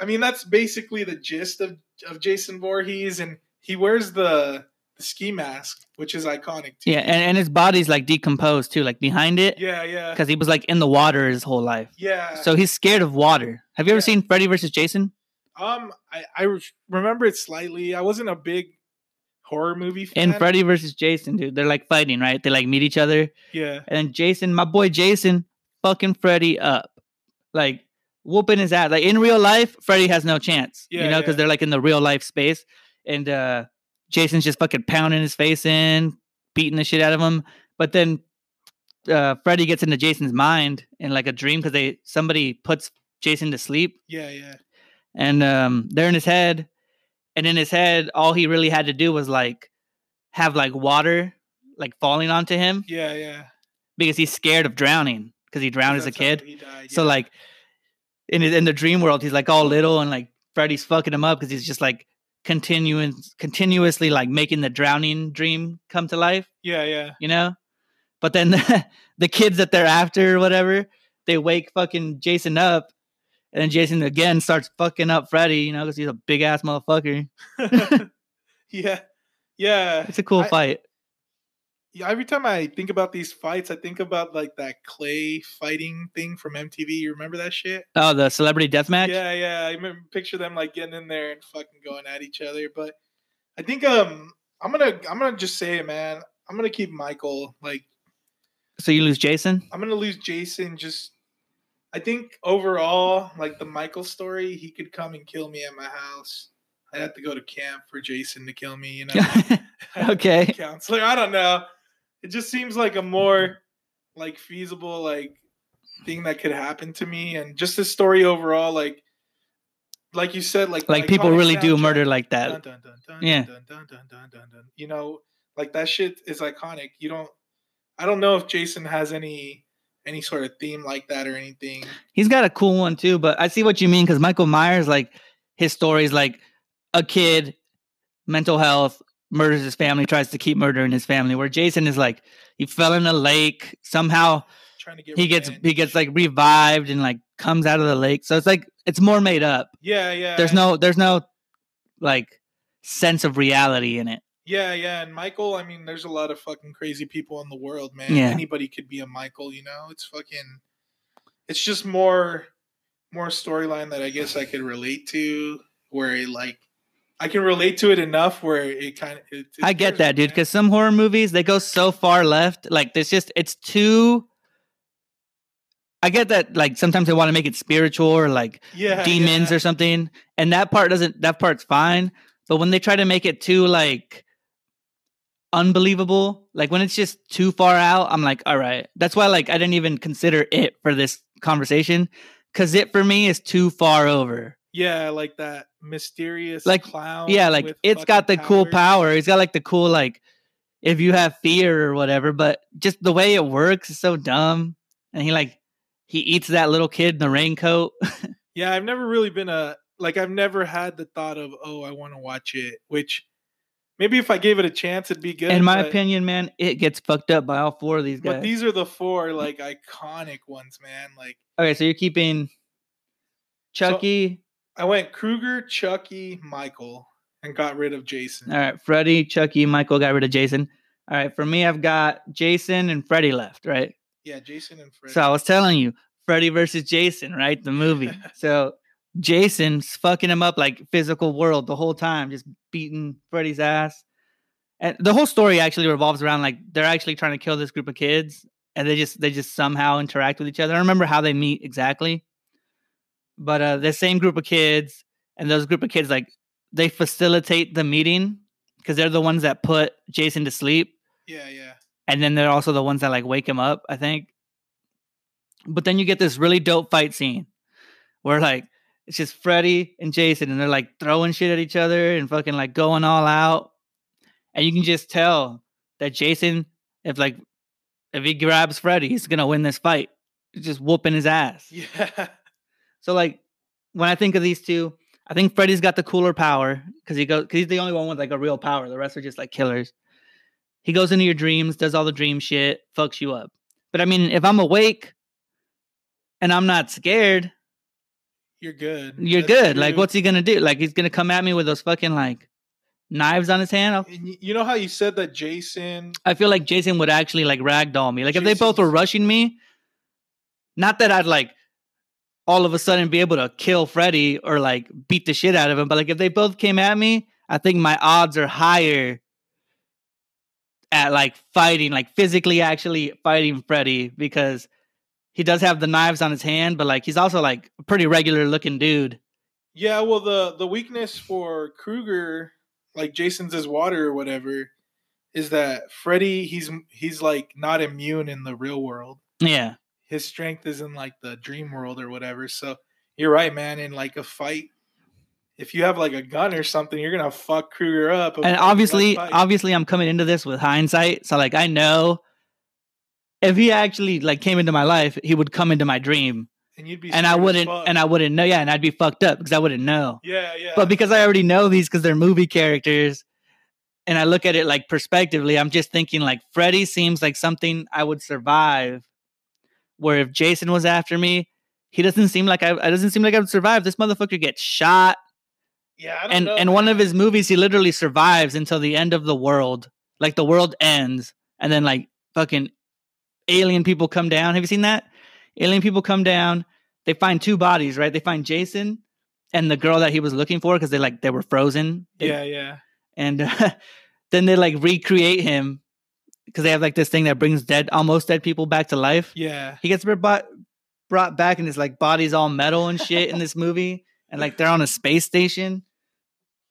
Speaker 1: I mean, that's basically the gist of of Jason Voorhees, and he wears the, the ski mask, which is iconic. Too.
Speaker 2: Yeah, and, and his body's like decomposed too, like behind it,
Speaker 1: yeah, yeah,
Speaker 2: because he was like in the water his whole life.
Speaker 1: yeah.
Speaker 2: So he's scared of water. Have you ever
Speaker 1: Yeah.
Speaker 2: seen Freddy versus Jason?
Speaker 1: um, I I re- remember it slightly. I wasn't a big horror movie fan.
Speaker 2: In Freddy versus Jason, dude, they're like fighting, right? They like meet each other,
Speaker 1: Yeah.
Speaker 2: and then Jason, my boy Jason, fucking Freddy up, like whooping his ass. Like in real life, Freddy has no chance,
Speaker 1: Yeah,
Speaker 2: you know, because
Speaker 1: yeah.
Speaker 2: they're like in the real life space, and uh Jason's just fucking pounding his face in, beating the shit out of him. But then uh Freddy gets into Jason's mind in like a dream because they somebody puts Jason to sleep,
Speaker 1: Yeah, yeah.
Speaker 2: and um they're in his head and in his head all he really had to do was like have like water like falling onto him
Speaker 1: Yeah, yeah.
Speaker 2: because he's scared of drowning because he drowned as a
Speaker 1: That's how
Speaker 2: kid
Speaker 1: he died,
Speaker 2: so
Speaker 1: yeah.
Speaker 2: like in his, in the dream world he's like all little and like freddy's fucking him up because he's just like continuing continuously like making the drowning dream come to life
Speaker 1: Yeah, yeah.
Speaker 2: you know but then the, the kids that they're after or whatever they wake fucking jason up and then jason again starts fucking up freddy you know because he's a big ass motherfucker
Speaker 1: yeah. Yeah.
Speaker 2: it's a cool
Speaker 1: I-
Speaker 2: fight
Speaker 1: yeah, every time I think about these fights, I think about like that clay fighting thing from MTV. You remember that shit?
Speaker 2: oh the celebrity death match
Speaker 1: Yeah, yeah. I remember, picture them like getting in there and fucking going at each other. But I think um I'm gonna I'm gonna just say it, man. I'm gonna keep Michael. Like
Speaker 2: so you lose jason
Speaker 1: I'm gonna lose Jason. Just I think overall, like the Michael story, he could come and kill me at my house. I'd have to go to camp for Jason to kill me. You know.
Speaker 2: okay
Speaker 1: counselor. I don't know. It just seems like a more like feasible like thing that could happen to me, and just the story overall, like like you said, like the
Speaker 2: like people
Speaker 1: iconic
Speaker 2: really do
Speaker 1: soundtrack.
Speaker 2: murder like
Speaker 1: Dun,
Speaker 2: that
Speaker 1: dun, dun, dun,
Speaker 2: Yeah.
Speaker 1: dun, dun, dun, dun, dun, dun. You know, like that shit is iconic. You don't. I don't know if Jason has any any sort of theme like that or anything.
Speaker 2: he's got a cool one too but i see what you mean because michael myers like his story is like a kid mental health murders his family tries to keep murdering his family where jason is like he fell in a lake somehow
Speaker 1: Trying to get
Speaker 2: he gets he
Speaker 1: revenge.
Speaker 2: gets like revived and like comes out of the lake. So it's like it's more made up.
Speaker 1: yeah yeah
Speaker 2: There's no there's no like sense of reality in it.
Speaker 1: Yeah, yeah, and Michael. I mean, there's a lot of fucking crazy people in the world, man.
Speaker 2: Yeah.
Speaker 1: Anybody could be a Michael, you know. It's fucking. It's just more, more storyline that I guess I could relate to, where it, like, I can relate to it enough where it kind of. It, it
Speaker 2: I get
Speaker 1: scares
Speaker 2: that,
Speaker 1: me,
Speaker 2: dude,
Speaker 1: man.
Speaker 2: cuz some horror movies they go so far left like there's just it's too I get that like sometimes they want to make it spiritual or like
Speaker 1: yeah,
Speaker 2: demons
Speaker 1: yeah.
Speaker 2: or something and that part doesn't that part's fine, but when they try to make it too like unbelievable like when it's just too far out i'm like all right that's why like i didn't even consider it for this conversation because it for me is too far over
Speaker 1: yeah, like that mysterious
Speaker 2: Like,
Speaker 1: clown.
Speaker 2: yeah like
Speaker 1: with
Speaker 2: it's got the
Speaker 1: fucking
Speaker 2: cool
Speaker 1: powers.
Speaker 2: power it's got like the cool like if you have fear or whatever but just the way it works is so dumb and he like he eats that little kid in the raincoat
Speaker 1: Yeah, I've never really been a like I've never had the thought of oh I want to watch it, which maybe if I gave it a chance it'd be good.
Speaker 2: in my
Speaker 1: but-
Speaker 2: opinion man it gets fucked up by all four of these
Speaker 1: But
Speaker 2: guys
Speaker 1: these are the four like iconic ones, man. Like
Speaker 2: okay so you're keeping chucky
Speaker 1: I went Krueger, Chucky, Michael, and got rid of Jason.
Speaker 2: all right freddy chucky michael got rid of jason all right for me i've got jason and freddy left right
Speaker 1: Yeah, Jason and Freddy.
Speaker 2: So I was telling you, Freddy versus Jason, right? The movie. so Jason's fucking him up like physical world the whole time, just beating Freddy's ass. And the whole story actually revolves around like they're actually trying to kill this group of kids, and they just they just somehow interact with each other. I don't remember how they meet exactly, but uh, the same group of kids, and those group of kids like they facilitate the meeting because they're the ones that put Jason to sleep
Speaker 1: yeah, yeah,
Speaker 2: and then they're also the ones that like wake him up, I think. But then you get this really dope fight scene where like it's just Freddy and Jason and they're like throwing shit at each other and fucking like going all out. And you can just tell that Jason, if like if he grabs Freddy, he's gonna win this fight. He's just whooping his ass.
Speaker 1: yeah,
Speaker 2: So like when I think of these two, I think Freddy's got the cooler power because he goes because he's the only one with like a real power. The rest are just like killers. He goes into your dreams, does all the dream shit, fucks you up. But I mean, if I'm awake and I'm not scared,
Speaker 1: you're good.
Speaker 2: you're
Speaker 1: Mm, That's
Speaker 2: good. Like,
Speaker 1: true.
Speaker 2: what's he gonna do? Like, he's gonna come at me with those fucking like knives on his hand. I'll-
Speaker 1: And y- you know how you said that Jason?
Speaker 2: I feel like Jason would actually like ragdoll me. Like if they both were
Speaker 1: Jason's-
Speaker 2: rushing me, not that I'd like all of a sudden be able to kill Freddy or like beat the shit out of him, but like if they both came at me, I think my odds are higher at like fighting, like physically actually fighting Freddy because he does have the knives on his hand, but like he's also like a pretty regular looking dude.
Speaker 1: Yeah, well, the the weakness for Kruger, like Jason's his water or whatever, is that Freddy he's he's like not immune in the real world.
Speaker 2: Yeah.
Speaker 1: His strength is in like the dream world or whatever. So you're right, man. In like a fight, if you have like a gun or something, you're gonna fuck Kruger up.
Speaker 2: And obviously, obviously, I'm coming into this with hindsight. So like, I know if he actually like came into my life, he would come into my dream,
Speaker 1: and you'd be
Speaker 2: and I
Speaker 1: scared as
Speaker 2: wouldn't,
Speaker 1: fuck.
Speaker 2: and I wouldn't know. Yeah, and I'd be fucked up because I wouldn't know.
Speaker 1: yeah, yeah.
Speaker 2: But because I already know these because they're movie characters, and I look at it like perspectively, I'm just thinking like Freddy seems like something I would survive. Where if Jason was after me, he doesn't seem like I. It doesn't seem like I would survive. This motherfucker gets shot
Speaker 1: yeah, I don't
Speaker 2: and
Speaker 1: know,
Speaker 2: and one
Speaker 1: man.
Speaker 2: of his movies he literally survives until the end of the world like the world ends and then like fucking alien people come down have you seen that alien people come down they find two bodies right they find jason and the girl that he was looking for because they like they were frozen They-
Speaker 1: yeah, yeah.
Speaker 2: and then they like recreate him because they have like this thing that brings dead almost dead people back to life
Speaker 1: Yeah.
Speaker 2: he gets brought brought back and his like body's all metal and shit in this movie and like they're on a space station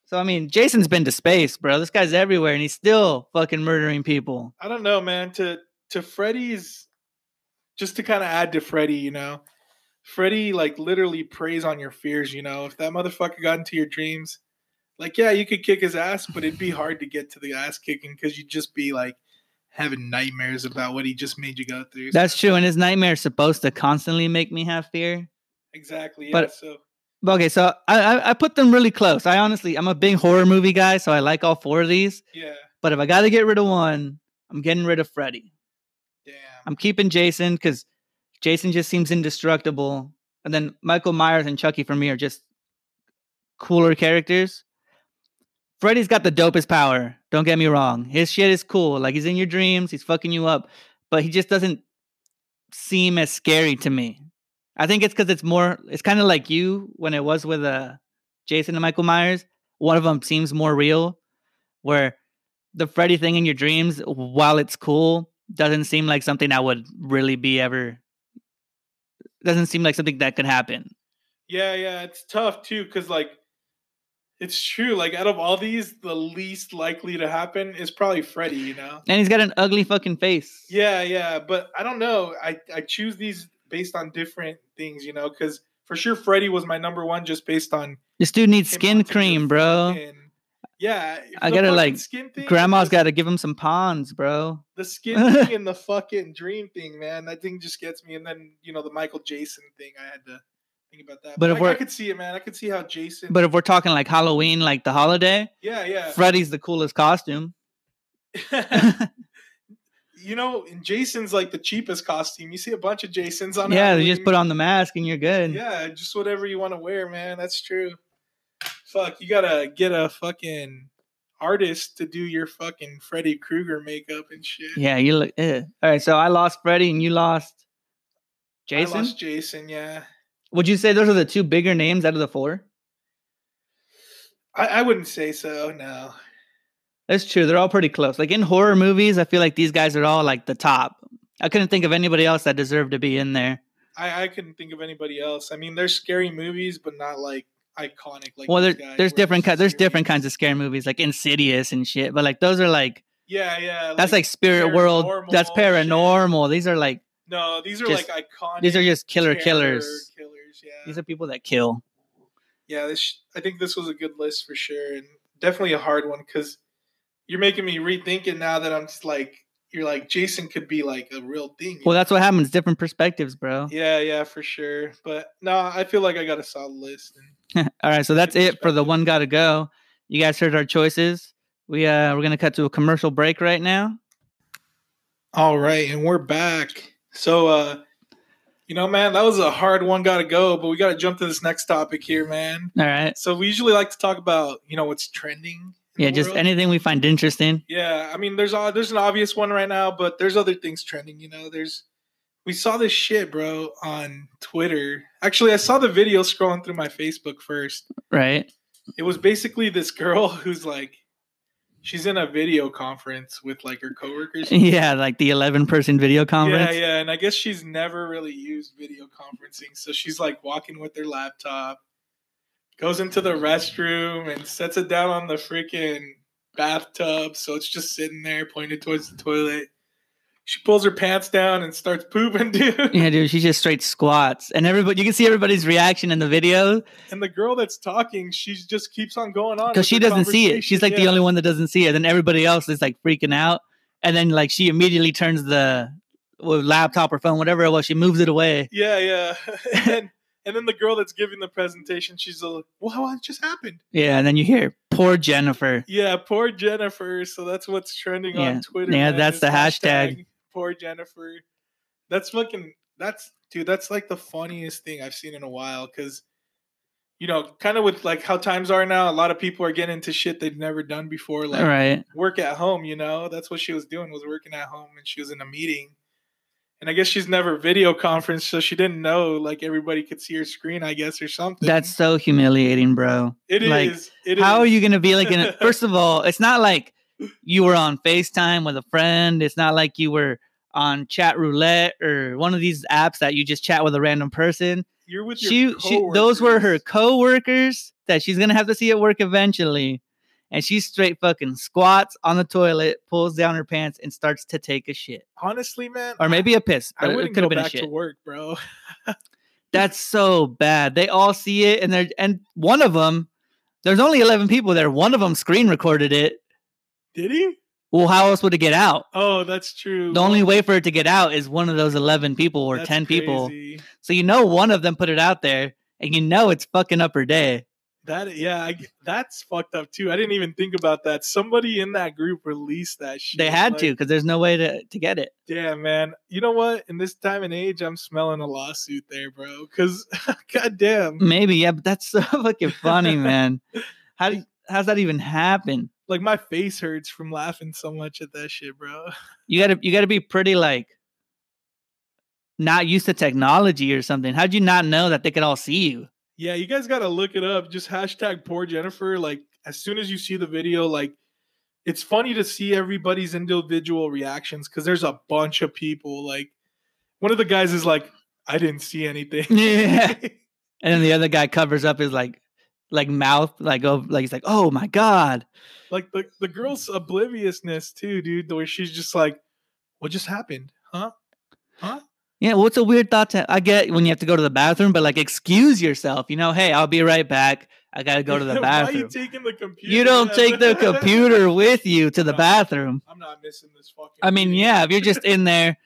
Speaker 2: so i mean jason's been to space bro this guy's everywhere and he's still fucking murdering people
Speaker 1: I don't know, man. To to Freddy's just to kind of add to Freddy, you know. Freddy like literally preys on your fears, you know. If that motherfucker got into your dreams, like yeah, you could kick his ass, but it'd be hard to get to the ass kicking cuz you'd just be like having nightmares about what he just made you go through.
Speaker 2: that's true and his nightmare is supposed to constantly make me have fear
Speaker 1: Exactly. Yeah.
Speaker 2: But-
Speaker 1: so
Speaker 2: but okay so I, I i put them really close i honestly i'm a big horror movie guy so i like all four of these
Speaker 1: yeah.
Speaker 2: but if i gotta get rid of one i'm getting rid of freddy
Speaker 1: Damn.
Speaker 2: I'm keeping Jason because Jason just seems indestructible. And then Michael Myers and Chucky for me are just cooler characters. Freddy's got the dopest power. Don't get me wrong. His shit is cool. Like he's in your dreams, he's fucking you up, but he just doesn't seem as scary to me. I think it's because it's more, it's kind of like you when it was with uh, Jason and Michael Myers. One of them seems more real, where the Freddy thing in your dreams, while it's cool, doesn't seem like something that would really be ever. Doesn't seem like something that could happen.
Speaker 1: Yeah, yeah, it's tough too cuz like it's true like out of all these the least likely to happen is probably Freddy, you know.
Speaker 2: And he's got an ugly fucking face.
Speaker 1: Yeah, yeah, but I don't know. I I choose these based on different things, you know, because for sure Freddy was my number one just based on.
Speaker 2: This dude needs
Speaker 1: him
Speaker 2: skin
Speaker 1: onto your
Speaker 2: cream, bro.
Speaker 1: fucking- yeah, if
Speaker 2: I
Speaker 1: the
Speaker 2: gotta,
Speaker 1: fucking
Speaker 2: like,
Speaker 1: skin thing.
Speaker 2: Grandma's
Speaker 1: the,
Speaker 2: got to give him some pawns, bro.
Speaker 1: the skin thing and the fucking dream thing, man. That thing just gets me. And then you know the Michael Jason thing. I had to think about that.
Speaker 2: But if
Speaker 1: I, I
Speaker 2: we're-
Speaker 1: could see it, man. I could see how Jason.
Speaker 2: But if we're talking like Halloween, like the holiday,
Speaker 1: yeah, yeah.
Speaker 2: Freddy's the coolest costume.
Speaker 1: you know, and Jason's like the cheapest costume. You see a bunch of Jasons on.
Speaker 2: yeah, they just
Speaker 1: Halloween.
Speaker 2: put on the mask and you're good.
Speaker 1: Yeah, just whatever you want to wear, man. That's true. Fuck, you gotta get a fucking artist to do your fucking Freddy Krueger makeup and shit.
Speaker 2: Yeah, you look. eh. All right, so I lost Freddy and you lost Jason.
Speaker 1: I lost Jason, yeah.
Speaker 2: Would you say those are the two bigger names out of the four?
Speaker 1: I, I wouldn't say so, no.
Speaker 2: That's true. They're all pretty close. Like in horror movies, I feel like these guys are all like the top. I couldn't think of anybody else that deserved to be in there.
Speaker 1: I, I couldn't think of anybody else. I mean, there's scary movies, but not like iconic. Like
Speaker 2: well, there,
Speaker 1: these guys
Speaker 2: there's
Speaker 1: where
Speaker 2: different
Speaker 1: it's
Speaker 2: kinds. There's different
Speaker 1: serious.
Speaker 2: kinds of scary movies, like Insidious and shit. But like those are like
Speaker 1: Yeah, yeah.
Speaker 2: that's like Spirit World. That's
Speaker 1: paranormal shit.
Speaker 2: paranormal. These are like
Speaker 1: No, these are
Speaker 2: just-
Speaker 1: like iconic.
Speaker 2: these are just killer
Speaker 1: terror
Speaker 2: killers.
Speaker 1: Killers, yeah.
Speaker 2: These are people that kill.
Speaker 1: yeah this sh- i think this was a good list for sure and definitely a hard one because you're making me rethink it now that i'm just like you're like jason could be like a real thing you
Speaker 2: Well,
Speaker 1: know?
Speaker 2: that's what happens. Different perspectives, bro.
Speaker 1: yeah yeah for sure but no i feel like i got a solid list and
Speaker 2: All right, so that's
Speaker 1: Good
Speaker 2: it for the
Speaker 1: perspective.
Speaker 2: one gotta go. You guys heard our choices. We uh we're gonna cut to a commercial break right now.
Speaker 1: all right and we're back so uh you know man that was a hard one gotta go but we gotta jump to this next topic here man
Speaker 2: All right.
Speaker 1: so we usually like to talk about you know what's trending in
Speaker 2: Yeah,
Speaker 1: the
Speaker 2: just
Speaker 1: world.
Speaker 2: anything we find interesting.
Speaker 1: Yeah, I mean, there's all, there's an obvious one right now, but there's other things trending. You know, there's we saw this shit, bro, on Twitter. Actually, I saw the video scrolling through my Facebook first.
Speaker 2: Right.
Speaker 1: It was basically this girl who's like, she's in a video conference with like her coworkers.
Speaker 2: yeah, like the eleven person video conference.
Speaker 1: Yeah, yeah, and I guess she's never really used video conferencing, so she's like walking with her laptop, goes into the restroom and sets it down on the freaking bathtub, so it's just sitting there pointed towards the toilet. She pulls her pants down and starts pooping, dude.
Speaker 2: Yeah, dude, she just straight squats, and everybody you can see everybody's reaction in the video
Speaker 1: And the girl that's talking, she just keeps on going on
Speaker 2: because
Speaker 1: with
Speaker 2: she
Speaker 1: her
Speaker 2: doesn't see it. She's like the
Speaker 1: conversation.
Speaker 2: only one that doesn't see it. Then everybody else is like freaking out, and then like she immediately turns the well, laptop or phone, whatever it was, she moves it away.
Speaker 1: Yeah, yeah. yeah. and, and then the girl that's giving the presentation, she's like, "Well, what just happened?"
Speaker 2: Yeah, and then you hear poor Jennifer.
Speaker 1: Yeah, poor Jennifer. So that's what's trending
Speaker 2: Yeah.
Speaker 1: on Twitter.
Speaker 2: Yeah,
Speaker 1: man,
Speaker 2: that's
Speaker 1: is
Speaker 2: the hashtag.
Speaker 1: Poor Jennifer. That's fucking. That's dude. That's like the funniest thing I've seen in a while. Because you know, kind of with like how times are now, a lot of people are getting into shit they've never done before, like
Speaker 2: All right.
Speaker 1: work at home. You know, that's what she was doing was working at home, and she was in a meeting. And I guess she's never video conference, so she didn't know like everybody could see her screen, I guess, or something.
Speaker 2: That's so humiliating, bro.
Speaker 1: it is.
Speaker 2: like,
Speaker 1: it
Speaker 2: How are
Speaker 1: is.
Speaker 2: you gonna be like in a, first of all, it's not like you were on FaceTime with a friend. It's not like you were on chat roulette or one of these apps that you just chat with a random person.
Speaker 1: You're with
Speaker 2: She,
Speaker 1: your
Speaker 2: she those were her
Speaker 1: coworkers.
Speaker 2: coworkers that she's gonna have to see at work eventually. And she straight fucking squats on the toilet, pulls down her pants, and starts to take a shit.
Speaker 1: honestly, man,
Speaker 2: Or maybe a piss.
Speaker 1: I
Speaker 2: But it
Speaker 1: wouldn't
Speaker 2: could
Speaker 1: go
Speaker 2: have been a
Speaker 1: back
Speaker 2: shit.
Speaker 1: to work, bro.
Speaker 2: That's so bad. They all see it, and they're and one of them. There's only eleven people there. One of them screen recorded it.
Speaker 1: Did he?
Speaker 2: Well, how else would it get out?
Speaker 1: Oh, that's true.
Speaker 2: The only way for it to get out is one of those eleven people or
Speaker 1: That's
Speaker 2: ten people.
Speaker 1: crazy.
Speaker 2: So you know one of them put it out there, and you know it's fucking up her day.
Speaker 1: That yeah, I, that's fucked up too. I didn't even think about that. Somebody in that group released that shit.
Speaker 2: They had
Speaker 1: like,
Speaker 2: to because there's no way to to get it.
Speaker 1: Yeah, man. You know what? In this time and age, I'm smelling a lawsuit there, bro. Because goddamn,
Speaker 2: Maybe yeah, but that's so fucking funny, man. How do- how's that even happen?
Speaker 1: like my face hurts from laughing so much at that shit, bro.
Speaker 2: you gotta you gotta be pretty like not used to technology or something. How'd you not know that they could all see you?
Speaker 1: Yeah, you guys gotta look it up. Just hashtag poor Jennifer. Like as soon as you see the video, like it's funny to see everybody's individual reactions because there's a bunch of people. Like one of the guys is like, I didn't see anything.
Speaker 2: Yeah. And then the other guy covers up his like like mouth, like oh like he's like, oh my god.
Speaker 1: like the, the girl's obliviousness too, dude, where she's just like, What just happened? Huh?
Speaker 2: Yeah, well, it's a weird thought to I get when you have to go to the bathroom, but like excuse yourself, you know, hey, I'll be right back. I gotta go to the
Speaker 1: Why are
Speaker 2: bathroom.
Speaker 1: you taking the computer?
Speaker 2: you don't
Speaker 1: man?
Speaker 2: take the computer with you to the
Speaker 1: No.
Speaker 2: bathroom.
Speaker 1: I'm not missing this fucking
Speaker 2: I mean,
Speaker 1: video.
Speaker 2: yeah, if you're just in there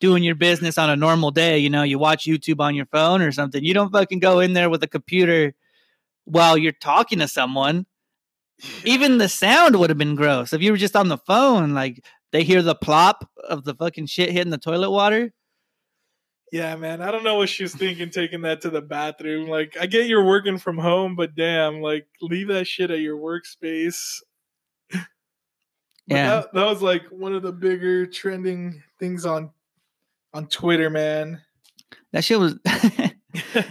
Speaker 2: doing your business on a normal day, you know, you watch YouTube on your phone or something, you don't fucking go in there with a computer while you're talking to someone. Even the sound would have been gross. If you were just on the phone, like they hear the plop of the fucking shit hitting the toilet water.
Speaker 1: Yeah, man. I don't know what she's thinking taking that to the bathroom. Like, I get you're working from home, but damn, like, leave that shit at your workspace. But
Speaker 2: Yeah.
Speaker 1: That, that was like one of the bigger trending things on on Twitter, man.
Speaker 2: That shit was it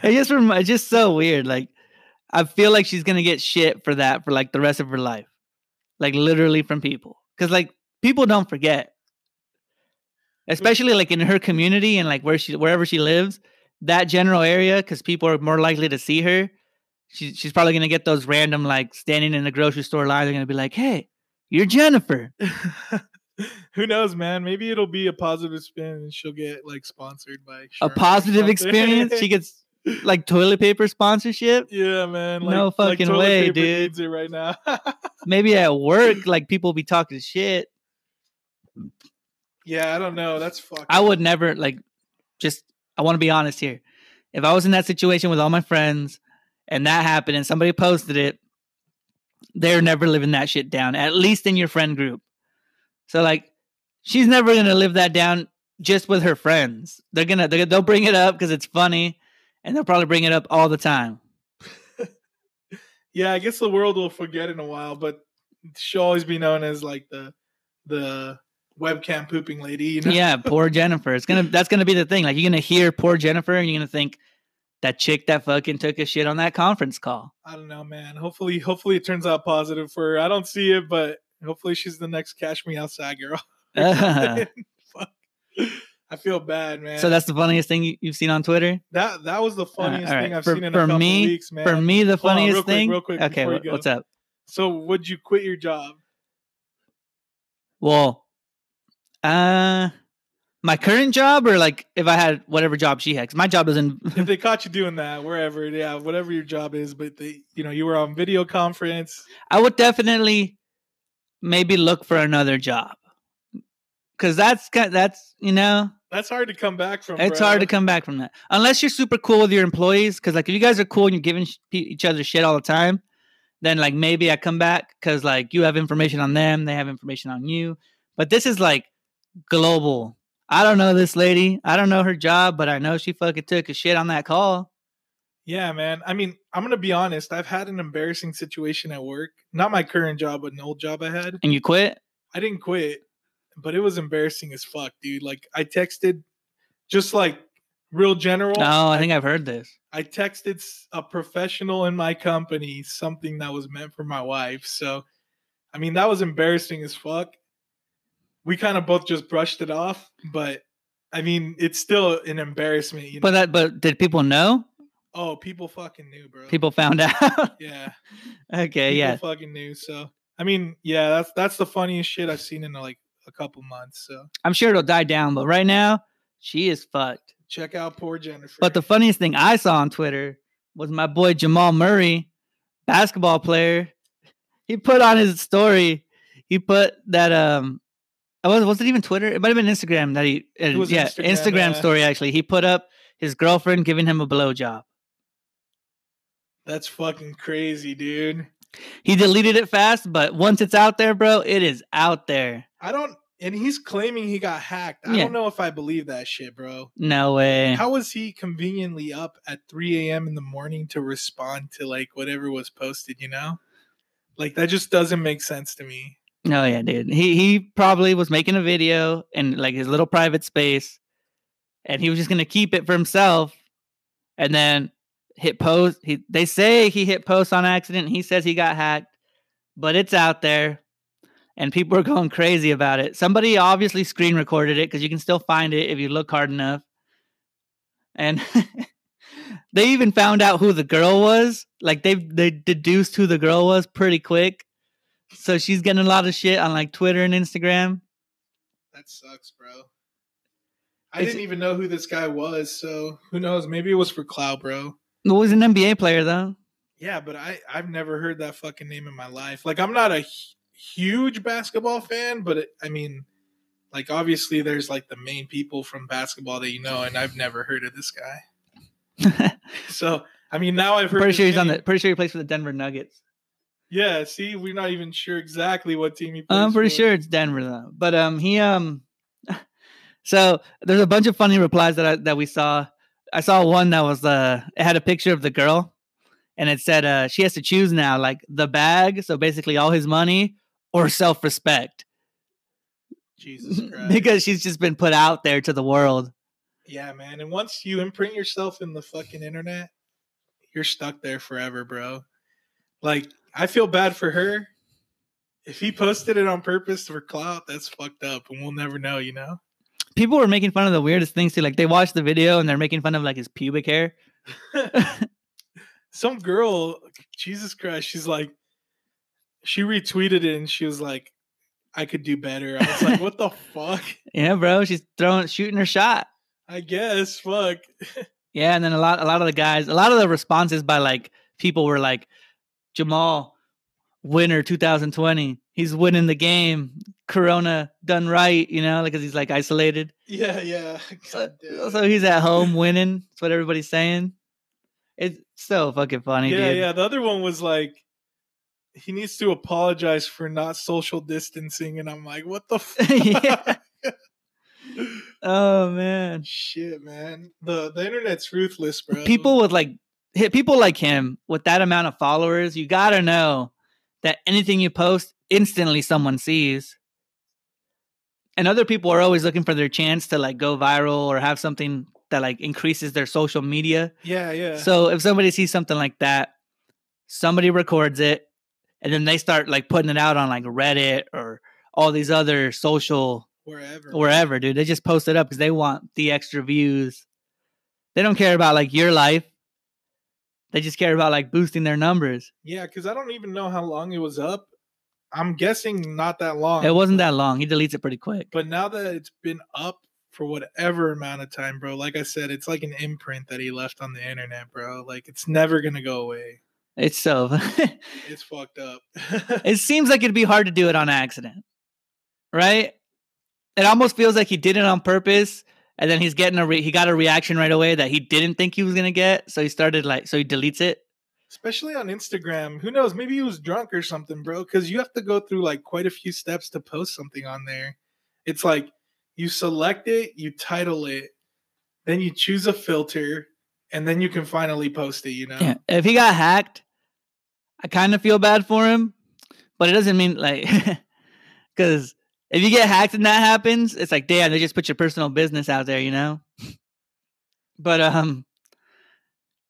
Speaker 2: just remi- it's just so weird. Like I feel like she's gonna get shit for that for like the rest of her life. Like literally from people. Cause like people don't forget. Especially like in her community and like where she wherever she lives, that general area, because people are more likely to see her. She, she's probably gonna get those random like standing in the grocery store line, they're gonna be like, Hey, you're Jennifer.
Speaker 1: Who knows, man? Maybe it'll be a positive spin and she'll get like sponsored by
Speaker 2: A
Speaker 1: Sharm or
Speaker 2: positive
Speaker 1: something.
Speaker 2: experience. She gets like toilet paper sponsorship.
Speaker 1: yeah, man. Like,
Speaker 2: No
Speaker 1: like
Speaker 2: fucking
Speaker 1: toilet
Speaker 2: way,
Speaker 1: paper
Speaker 2: dude.
Speaker 1: Needs it right now.
Speaker 2: maybe at work, like people be talking shit.
Speaker 1: yeah, I don't know. That's fucking.
Speaker 2: I would never like just I want to be honest here. If I was in that situation with all my friends and that happened and somebody posted it, they're never living that shit down, at least in your friend group. So like she's never gonna live that down just with her friends. They're gonna they're, they'll bring it up because it's funny and they'll probably bring it up all the time.
Speaker 1: Yeah, I guess the world will forget in a while, but she'll always be known as like the the webcam pooping lady. You know?
Speaker 2: Yeah, poor Jennifer. It's gonna that's gonna be the thing. Like you're gonna hear poor Jennifer and you're gonna think that chick that fucking took a shit on that conference call.
Speaker 1: I don't know, man. Hopefully, hopefully it turns out positive for her. I don't see it, but Hopefully, she's the next Cash Me Outside girl.
Speaker 2: so
Speaker 1: Fuck. I feel bad, man.
Speaker 2: that's the funniest thing you- you've seen on Twitter.
Speaker 1: that that was the funniest
Speaker 2: all right.
Speaker 1: thing I've
Speaker 2: For-
Speaker 1: seen in
Speaker 2: for
Speaker 1: a couple
Speaker 2: me-
Speaker 1: weeks, man.
Speaker 2: For me, the
Speaker 1: Hold on, real
Speaker 2: funniest
Speaker 1: quick,
Speaker 2: thing.
Speaker 1: real quick,
Speaker 2: okay,
Speaker 1: before you
Speaker 2: wh-
Speaker 1: go.
Speaker 2: what's up?
Speaker 1: So, would you quit your job?
Speaker 2: Well, uh, my current job, or like if I had whatever job she had, 'cause my job doesn't.
Speaker 1: if they caught you doing that, wherever, yeah, whatever your job is, but they, you know, you were on video conference.
Speaker 2: I would definitely maybe look for another job, because that's ki- that's you know
Speaker 1: That's hard to come back from.
Speaker 2: It's
Speaker 1: bro.
Speaker 2: hard to come back from that unless you're super cool with your employees. Because like if you guys are cool and you're giving sh- pe- each other shit all the time, then like maybe I come back because like you have information on them, they have information on you. But this is like global. I don't know this lady. I don't know her job, but I know she fucking took a shit on that call.
Speaker 1: Yeah, man. I mean, I'm gonna be honest. I've had an embarrassing situation at work. Not my current job, but an old job I had.
Speaker 2: And you quit.
Speaker 1: I didn't quit, but it was embarrassing as fuck, dude. Like I texted, just like real general.
Speaker 2: Oh, I think I've heard this.
Speaker 1: I texted s- a professional in my company something that was meant for my wife. So, I mean, that was embarrassing as fuck. We kind of both just brushed it off, but I mean, it's still an embarrassment. You know?
Speaker 2: But that, but did people know?
Speaker 1: oh, people fucking knew, bro.
Speaker 2: People found out.
Speaker 1: yeah,
Speaker 2: okay,
Speaker 1: people
Speaker 2: yeah.
Speaker 1: fucking knew. So, I mean, yeah, that's that's the funniest shit I've seen in like a couple months. So,
Speaker 2: I'm sure it'll die down, but right now she is fucked.
Speaker 1: check out poor Jennifer.
Speaker 2: But the funniest thing I saw on Twitter was my boy Jamal Murray, basketball player. He put on his story. He put that um, I was was it even Twitter? It might have been Instagram that he. uh,
Speaker 1: was
Speaker 2: yeah,
Speaker 1: Instagram,
Speaker 2: Instagram,
Speaker 1: uh,
Speaker 2: story actually. He put up his girlfriend giving him a blowjob.
Speaker 1: that's fucking crazy, dude.
Speaker 2: He deleted it fast, but once it's out there, bro, it is out there.
Speaker 1: I don't. And he's claiming he got hacked. I
Speaker 2: Yeah.
Speaker 1: don't know if I believe that shit, bro.
Speaker 2: No way.
Speaker 1: How was he conveniently up at 3 a.m. in the morning to respond to like whatever was posted, you know? Like that just doesn't make sense to me.
Speaker 2: No, Oh, yeah, dude. He he probably was making a video in like his little private space, and he was just gonna keep it for himself, and then hit post. He they say he hit post on accident. He says he got hacked, but it's out there, and people are going crazy about it. Somebody obviously screen recorded it because you can still find it if you look hard enough, and. They even found out who the girl was. Like they they deduced who the girl was pretty quick. So she's getting a lot of shit on like Twitter and Instagram.
Speaker 1: That sucks, bro. I
Speaker 2: It's-
Speaker 1: didn't even know who this guy was, so who knows? Maybe it was for cloud, bro.
Speaker 2: Well, he's an NBA player though.
Speaker 1: Yeah, but I I've never heard that fucking name in my life. Like I'm not a hu- huge basketball fan, but it, I mean, like obviously there's like the main people from basketball that you know, and I've never heard of this guy. So I mean, now I've heard.
Speaker 2: pretty
Speaker 1: his
Speaker 2: sure he's on
Speaker 1: name.
Speaker 2: the. Pretty sure he plays for the Denver Nuggets.
Speaker 1: Yeah, see, we're not even sure exactly what team he plays.
Speaker 2: I'm pretty
Speaker 1: for.
Speaker 2: sure it's Denver though. But um, he um, so there's a bunch of funny replies that I, that we saw. I saw one that was uh, it had a picture of the girl, and it said uh, she has to choose now, like the bag, so basically all his money or self respect,
Speaker 1: Jesus Christ.
Speaker 2: because she's just been put out there to the world.
Speaker 1: yeah, man. And once you imprint yourself in the fucking internet, you're stuck there forever, bro. Like, I feel bad for her. If he posted it on purpose for clout, that's fucked up, and we'll never know, you know.
Speaker 2: People were making fun of the weirdest things too. Like they watched the video and they're making fun of like his pubic hair.
Speaker 1: Some girl, Jesus Christ, she's like, she retweeted it, and she was like, "I could do better." I was like, "What the fuck?"
Speaker 2: Yeah, bro, she's throwing shooting her shot.
Speaker 1: I guess, fuck.
Speaker 2: Yeah, and then a lot a lot of the guys, a lot of the responses by like people were like Jamal winner 2020. He's winning the game. Corona done right, you know, like cuz he's like isolated.
Speaker 1: Yeah, yeah.
Speaker 2: So,
Speaker 1: God damn it.
Speaker 2: so he's at home winning. That's what everybody's saying. It's so fucking funny,
Speaker 1: yeah,
Speaker 2: dude.
Speaker 1: yeah. The other one was like, he needs to apologize for not social distancing, and I'm like, what the fuck?
Speaker 2: Yeah. Oh man.
Speaker 1: Shit, man. The the internet's ruthless, bro.
Speaker 2: People with like hit people like him with that amount of followers, you got to know that anything you post instantly someone sees. And other people are always looking for their chance to like go viral or have something that like increases their social media.
Speaker 1: Yeah, yeah.
Speaker 2: So if somebody sees something like that, somebody records it, and then they start like putting it out on like Reddit or all these other social
Speaker 1: wherever.
Speaker 2: wherever, dude. They just post it up because they want the extra views. They don't care about like your life. They just care about like boosting their numbers.
Speaker 1: Yeah, because I don't even know how long it was up. I'm guessing not that long.
Speaker 2: It wasn't that long. He deletes it pretty quick.
Speaker 1: But now that it's been up for whatever amount of time, bro, like I said, it's like an imprint that he left on the internet, bro. Like it's never gonna go away.
Speaker 2: It's so.
Speaker 1: It's fucked up.
Speaker 2: it seems like it'd be hard to do it on accident, right? It almost feels like he did it on purpose, and then he's getting a re- he got a reaction right away that he didn't think he was gonna get, so he started like so he deletes it.
Speaker 1: Especially on Instagram. Who knows? Maybe he was drunk or something, bro. Because you have to go through like quite a few steps to post something on there. It's like you select it, you title it, then you choose a filter, and then you can finally post it, you know?
Speaker 2: Yeah, if he got hacked, I kind of feel bad for him, but it doesn't mean like because if you get hacked and that happens, it's like damn, they just put your personal business out there, you know. But um,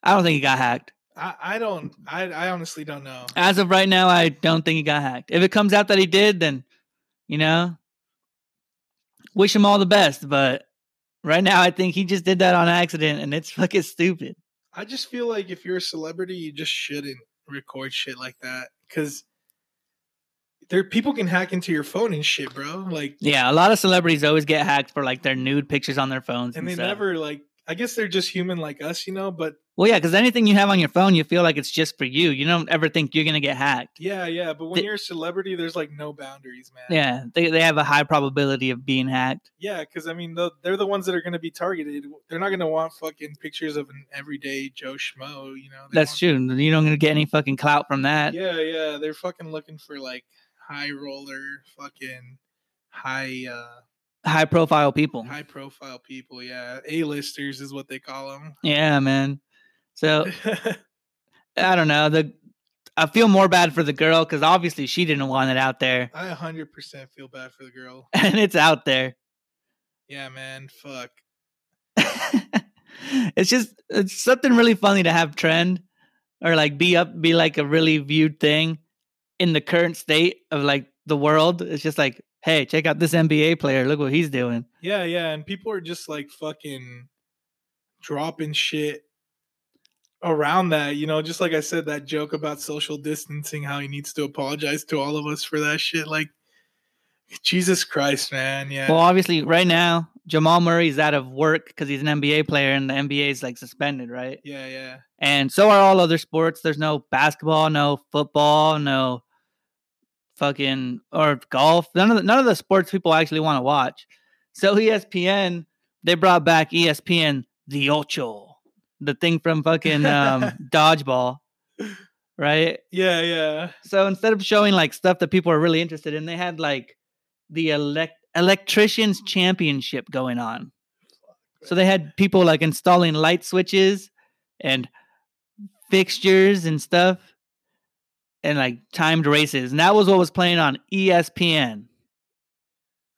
Speaker 2: I don't think he got hacked.
Speaker 1: I, I don't I, I honestly don't know.
Speaker 2: As of right now, I don't think he got hacked. If it comes out that he did, then you know, wish him all the best. But right now, I think he just did that on accident, and it's fucking stupid.
Speaker 1: I just feel like if you're a celebrity, you just shouldn't record shit like that. Cause there people can hack into your phone and shit, bro. Like
Speaker 2: Yeah, a lot of celebrities always get hacked for like their nude pictures on their phones,
Speaker 1: and they
Speaker 2: stuff.
Speaker 1: never like I guess they're just human like us, you know, but
Speaker 2: Well, yeah, because anything you have on your phone, you feel like it's just for you. You don't ever think you're gonna get hacked.
Speaker 1: yeah, yeah. But when
Speaker 2: The-
Speaker 1: you're a celebrity, there's like no boundaries, man.
Speaker 2: Yeah, they they have a high probability of being hacked.
Speaker 1: Yeah, because I mean, the, they're the ones that are going to be targeted. They're not going to want fucking pictures of an everyday Joe Schmo, you know. They
Speaker 2: That's
Speaker 1: want-
Speaker 2: true. You're not gonna get any fucking clout from that.
Speaker 1: Yeah, yeah. They're fucking looking for like high roller, fucking high, uh,
Speaker 2: High profile people.
Speaker 1: high profile people. Yeah, A listers is what they call them.
Speaker 2: Yeah, man. So I don't know. The I feel more bad for the girl because obviously she didn't want it out there,
Speaker 1: I 100% feel bad for the girl.
Speaker 2: and it's out there.
Speaker 1: Yeah, man. Fuck.
Speaker 2: it's just it's something really funny to have trend or like be up be like a really viewed thing in the current state of like the world. It's just like, hey, check out this NBA player. Look what he's doing.
Speaker 1: Yeah, yeah. And people are just like fucking dropping shit around that. You know, just like I said, that joke about social distancing, how he needs to apologize to all of us for that shit. Like, Jesus Christ, man. Yeah.
Speaker 2: Well, obviously, right now Jamal Murray's out of work because he's an NBA player and the NBA is like suspended, right?
Speaker 1: yeah, yeah.
Speaker 2: And so are all other sports. There's no basketball, no football, no fucking or golf. None of the, none of the sports people actually want to watch. So E ESPN, they brought back E ESPN the Ocho, the thing from fucking um, dodgeball, right?
Speaker 1: Yeah, yeah.
Speaker 2: So instead of showing like stuff that people are really interested in, they had like the elect electricians championship going on. So they had people like installing light switches and fixtures and stuff and like timed races. And that was what was playing on E ESPN.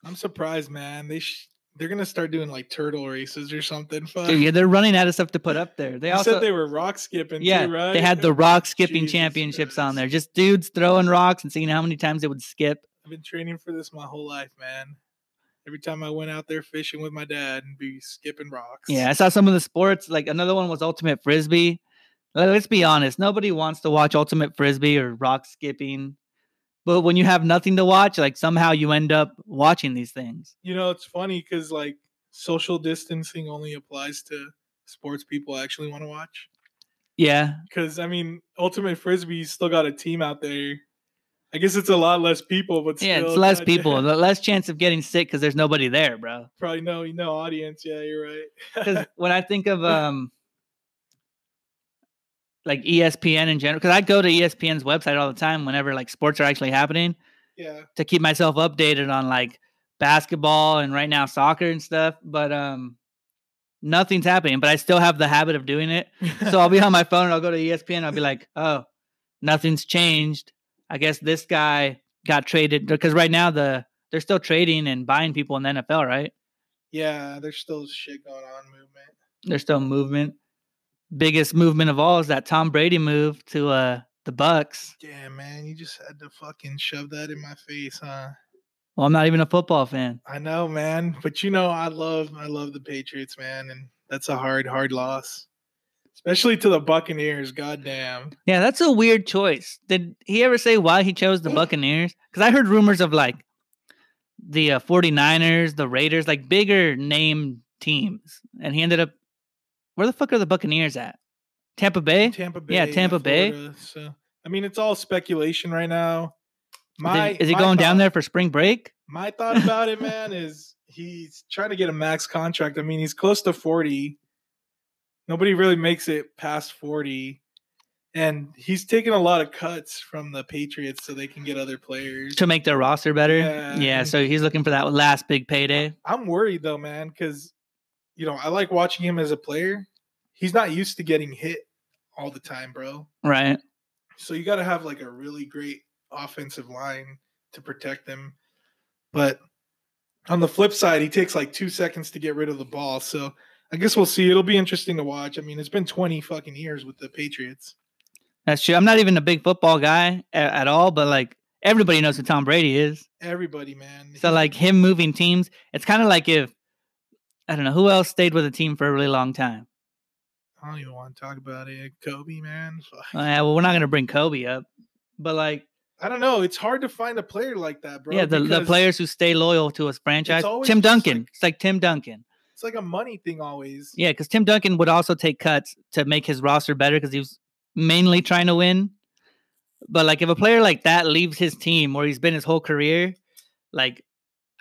Speaker 1: I'm surprised, man. They sh- they're going to start doing like turtle races or something. Fuck.
Speaker 2: Dude, yeah, they're running out of stuff to put up there. They
Speaker 1: Uh, you
Speaker 2: also
Speaker 1: said they were rock skipping
Speaker 2: yeah,
Speaker 1: too, right?
Speaker 2: they had the rock skipping
Speaker 1: Jesus
Speaker 2: championships on
Speaker 1: Christ.
Speaker 2: there. Just dudes throwing rocks and seeing how many times they would skip.
Speaker 1: I've been training for this my whole life, man. Every time I went out there fishing with my dad and be skipping rocks.
Speaker 2: Yeah, I saw some of the sports. Like another one was ultimate frisbee. Let- Let's be honest, nobody wants to watch ultimate frisbee or rock skipping. But when you have nothing to watch, like somehow you end up watching these things.
Speaker 1: You know, it's funny because like social distancing only applies to sports people actually want to watch.
Speaker 2: Yeah,
Speaker 1: Because I mean, ultimate frisbee you still got a team out there. I guess it's a lot less people, but
Speaker 2: yeah, it's
Speaker 1: still,
Speaker 2: less
Speaker 1: goddamn,
Speaker 2: people, the less chance of getting sick because there's nobody there, bro.
Speaker 1: Probably no, no audience. Yeah, you're right.
Speaker 2: Because when I think of um, like E ESPN in general, because I go to E ESPN's website all the time whenever like sports are actually happening.
Speaker 1: yeah,
Speaker 2: to keep myself updated on like basketball and right now soccer and stuff, but um nothing's happening, but I still have the habit of doing it. So I'll be on my phone and I'll go to E ESPN and I'll be like, "Oh, nothing's changed. I guess this guy got traded because right now the they're still trading and buying people in the NFL, right?
Speaker 1: yeah. There's still shit going on. Movement.
Speaker 2: There's still movement. Biggest movement of all is that Tom Brady move to uh the Bucks.
Speaker 1: Damn, man, you just had to fucking shove that in my face, huh?
Speaker 2: Well, I'm not even a football fan.
Speaker 1: I know, man. But you know, I love, I love the Patriots, man, and that's a hard, hard loss, especially to the Buccaneers. Goddamn.
Speaker 2: Yeah, that's a weird choice. Did he ever say why he chose the
Speaker 1: Eh.
Speaker 2: Buccaneers? Because I heard rumors of like the uh, 49ers, the Raiders, like bigger name teams. And he ended up, where the fuck are the Buccaneers at? Tampa Bay?
Speaker 1: Tampa Bay.
Speaker 2: Eh? Yeah, Tampa Bay.
Speaker 1: Florida, so I mean, it's all speculation right now. My
Speaker 2: is it
Speaker 1: my
Speaker 2: going down
Speaker 1: thought-
Speaker 2: there for spring break?
Speaker 1: My thought about it, man, is he's trying to get a max contract. I mean, he's close to 40. Nobody really makes it past 40. And he's taking a lot of cuts from the Patriots so they can get other players.
Speaker 2: to make their roster better.
Speaker 1: Yeah.
Speaker 2: Yeah, so he's looking for that last big payday.
Speaker 1: I'm worried though, man, because you know, I like watching him as a player. He's not used to getting hit all the time, bro.
Speaker 2: Right.
Speaker 1: So you got to have like a really great offensive line to protect them. But on the flip side, he takes like two seconds to get rid of the ball. So I guess we'll see. It'll be interesting to watch. I mean, it's been 20 fucking years with the Patriots.
Speaker 2: That's true. I'm not even a big football guy at, at all, but like everybody knows who Tom Brady is.
Speaker 1: Everybody, man.
Speaker 2: So like him moving teams, it's kind of like if I don't know who else stayed with a team for a really long time.
Speaker 1: I don't even want to talk about it. Kobe, man. Fuck.
Speaker 2: Uh, well, we're not gonna bring Kobe up, but like
Speaker 1: I don't know. It's hard to find a player like that, bro.
Speaker 2: yeah, the, the
Speaker 1: because
Speaker 2: players who stay loyal to his franchise,
Speaker 1: always
Speaker 2: Tim
Speaker 1: just, like-
Speaker 2: Duncan. it's like Tim Duncan.
Speaker 1: It's like a money thing always.
Speaker 2: Yeah, because Tim Duncan would also take cuts to make his roster better because he was mainly trying to win. But like, if a player like that leaves his team where he's been his whole career, like,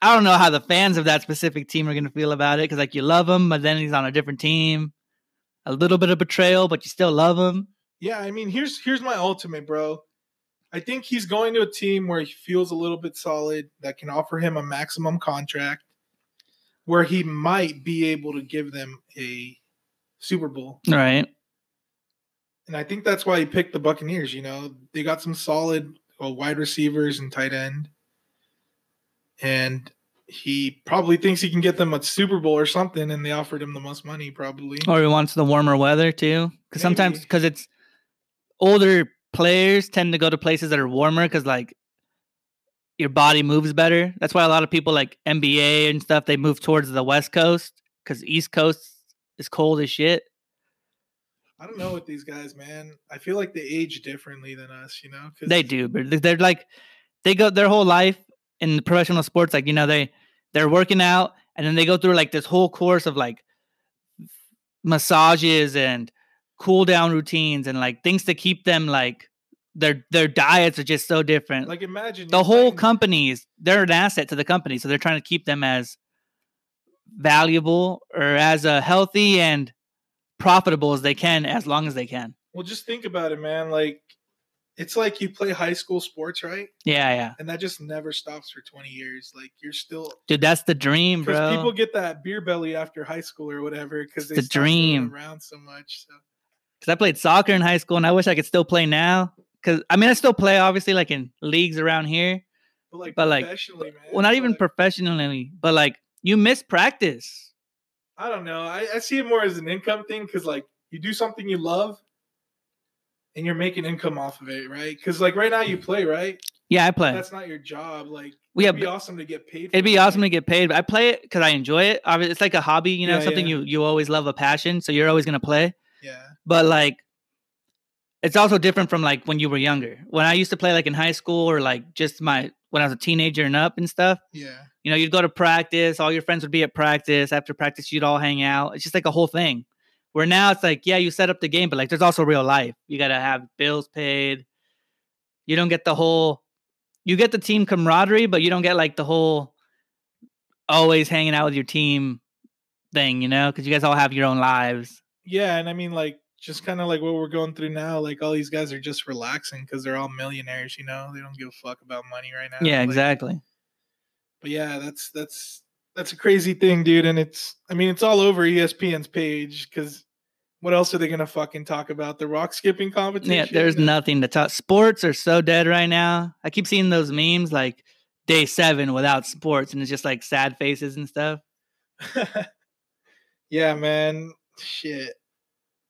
Speaker 2: I don't know how the fans of that specific team are going to feel about it because like you love him, but then he's on a different team. A little bit of betrayal, but you still love him.
Speaker 1: Yeah, I mean, here's here's my ultimate, bro. I think he's going to a team where he feels a little bit solid that can offer him a maximum contract where he might be able to give them a Super Bowl.
Speaker 2: Right.
Speaker 1: And I think that's why he picked the Buccaneers, you know. They got some solid well, wide receivers and tight end. And he probably thinks he can get them a Super Bowl or something and they offered him the most money probably.
Speaker 2: Or he wants the warmer weather too. Because sometimes,
Speaker 1: Maybe.
Speaker 2: because it's older players tend to go to places that are warmer because like your body moves better. That's why a lot of people like NBA and stuff, they move towards the West Coast because East Coast is cold as shit.
Speaker 1: I don't know with these guys, man. I feel like they age differently than us, you know. 'cause-
Speaker 2: They do, but they- they're like, they go their whole life in professional sports, like, you know, they, they're working out and then they go through like this whole course of like massages and cool down routines and like things to keep them like their their diets are just so different.
Speaker 1: Like imagine
Speaker 2: the
Speaker 1: you're
Speaker 2: whole
Speaker 1: playing-
Speaker 2: company is they're an asset to the company, so they're trying to keep them as valuable or as uh, healthy and profitable as they can, as long as they can.
Speaker 1: Well, just think about it, man. Like it's like you play high school sports, right?
Speaker 2: Yeah, yeah,
Speaker 1: And that just never stops for 20 years. Like you're still
Speaker 2: dude, that's the dream,
Speaker 1: because
Speaker 2: Mm, bro.
Speaker 1: people get that beer belly after high school or whatever because they
Speaker 2: the
Speaker 1: stop moving
Speaker 2: dream.
Speaker 1: around so much. So
Speaker 2: because I played soccer in high school, and I wish I could still play now. Because I mean, I still play, obviously, like in leagues around here.
Speaker 1: but like
Speaker 2: But, like,
Speaker 1: professionally, man.
Speaker 2: Well, not even
Speaker 1: like,
Speaker 2: professionally, but like you miss practice.
Speaker 1: I don't know. I, I see it more as an income thing because like you do something you love and you're making income off of it, right? Because like right now you play, right?
Speaker 2: Yeah, I play.
Speaker 1: That's not your job. Like
Speaker 2: We
Speaker 1: it'd
Speaker 2: have
Speaker 1: be awesome to get paid. for
Speaker 2: It'd be
Speaker 1: it,
Speaker 2: awesome to
Speaker 1: right?
Speaker 2: get paid. but I play it because I enjoy it. Obvi- It's like a hobby, you know,
Speaker 1: Yeah,
Speaker 2: something
Speaker 1: yeah.
Speaker 2: you you always love a passion, so you're always gonna play.
Speaker 1: Yeah.
Speaker 2: But like, it's also different from like when you were younger. When I used to play like in high school or like just my when I was a teenager and up and stuff.
Speaker 1: Yeah.
Speaker 2: You know, you'd go to practice. All your friends would be at practice. After practice, you'd all hang out. It's just like a whole thing. Where now it's like, yeah, you set up the game, but like, there's also real life. You gotta have bills paid. You don't get the whole. You get the team camaraderie, but you don't get like the whole always hanging out with your team thing, you know, because you guys all have your own lives.
Speaker 1: Yeah, and I mean like just kind of like what we're going through now. Like all these guys are just relaxing because they're all millionaires. You know, they don't give a fuck about money right now.
Speaker 2: Yeah,
Speaker 1: Like,
Speaker 2: exactly.
Speaker 1: But yeah, that's that's that's a crazy thing, dude. And it's I mean it's all over E ESPN's page because what else are they gonna fucking talk about? The rock skipping competition.
Speaker 2: Yeah, there's
Speaker 1: and-
Speaker 2: nothing to talk. Sports are so dead right now. I keep seeing those memes like day seven without sports, and it's just like sad faces and stuff.
Speaker 1: yeah, man. Shit.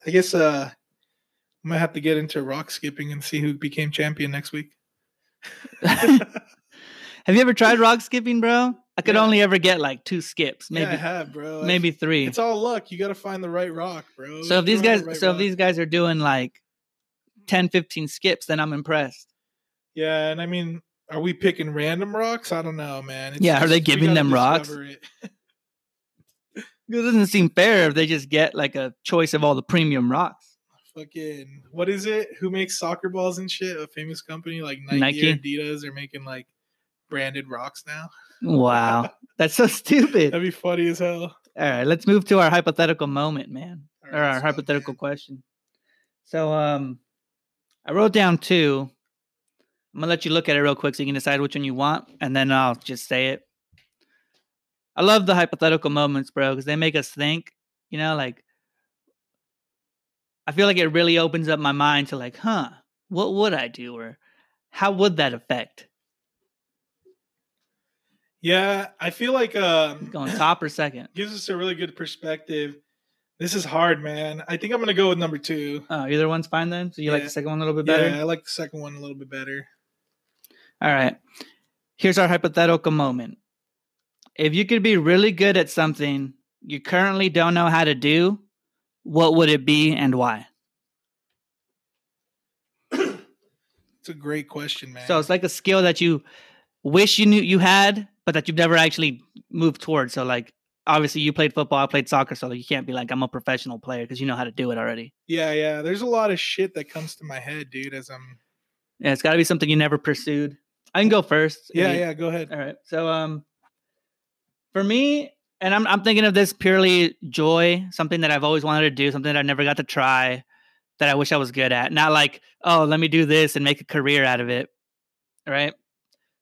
Speaker 1: I guess uh I might have to get into rock skipping and see who became champion next week.
Speaker 2: Have you ever tried rock skipping, bro? I could
Speaker 1: Yeah.
Speaker 2: only ever get like two skips,
Speaker 1: yeah, I
Speaker 2: maybe
Speaker 1: have, bro.
Speaker 2: maybe three.
Speaker 1: it's all luck. You got to find the right rock, bro.
Speaker 2: so if these
Speaker 1: don't have
Speaker 2: guys
Speaker 1: the right
Speaker 2: so if
Speaker 1: rock-
Speaker 2: these guys are doing like 10 15 skips, then I'm impressed.
Speaker 1: yeah, and I mean, are we picking random rocks? I don't know, man.
Speaker 2: Yeah, are they
Speaker 1: we
Speaker 2: giving
Speaker 1: gotta
Speaker 2: them rocks?
Speaker 1: discover it.
Speaker 2: It doesn't seem fair if they just get like a choice of all the premium rocks.
Speaker 1: Fucking what is it? Who makes soccer balls and shit? A famous company like Nike, or Adidas are making like branded rocks now.
Speaker 2: Wow. That's so stupid.
Speaker 1: That'd be funny as hell.
Speaker 2: All right, let's move to our hypothetical moment, man,
Speaker 1: All right,
Speaker 2: or
Speaker 1: let's
Speaker 2: our
Speaker 1: go, man.
Speaker 2: hypothetical question. So, um, I wrote down two. I'm gonna let you look at it real quick so you can decide which one you want, and then I'll just say it. I love the hypothetical moments, bro, because they make us think. You know, like I feel like it really opens up my mind to like, huh, what would I do, or how would that affect?
Speaker 1: Yeah, I feel like um,
Speaker 2: Going top or second?
Speaker 1: gives us a really good perspective. This is hard, man. I think I'm gonna go with number two.
Speaker 2: Oh, either one's fine then. So you like
Speaker 1: Yeah.
Speaker 2: the second one a little bit better?
Speaker 1: Yeah, I like the second one a little bit better.
Speaker 2: All right. Here's our hypothetical moment. If you could be really good at something you currently don't know how to do, what would it be and why?
Speaker 1: It's a great question, man.
Speaker 2: So it's like a skill that you wish you knew you had, but that you've never actually moved towards. So like obviously you played football, I played soccer, so like you can't be like I'm a professional player because you know how to do it already.
Speaker 1: yeah, yeah. There's a lot of shit that comes to my head, dude. As I'm.
Speaker 2: Yeah, it's got to be something you never pursued. I can go first. if
Speaker 1: Yeah,
Speaker 2: you-
Speaker 1: yeah. Go ahead.
Speaker 2: All right. So um for me, and I'm I'm thinking of this purely joy, something that I've always wanted to do, something that I never got to try, that I wish I was good at. Not like, oh, let me do this and make a career out of it. All right.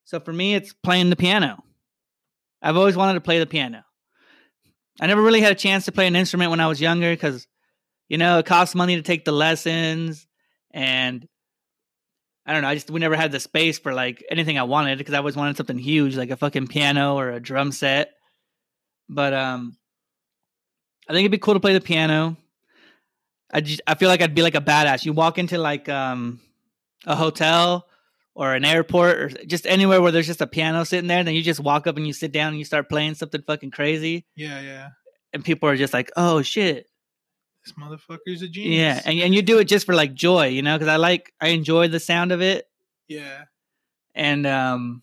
Speaker 2: So for me, it's playing the piano. I've always wanted to play the piano. I never really had a chance to play an instrument when I was younger because, you know, it costs money to take the lessons and I don't know. I just we never had the space for like anything I wanted because I always wanted something huge, like a fucking piano or a drum set. But um, I think it'd be cool to play the piano. I just I feel like I'd be like a badass. You walk into like um a hotel or an airport or just anywhere where there's just a piano sitting there, then you just walk up and you sit down and you start playing something fucking crazy,
Speaker 1: Yeah, yeah.
Speaker 2: and people are just like, "Oh shit,
Speaker 1: This motherfucker's a genius.
Speaker 2: yeah!" And and you do it just for like joy, you know? Because I like I enjoy the sound of it.
Speaker 1: yeah.
Speaker 2: and um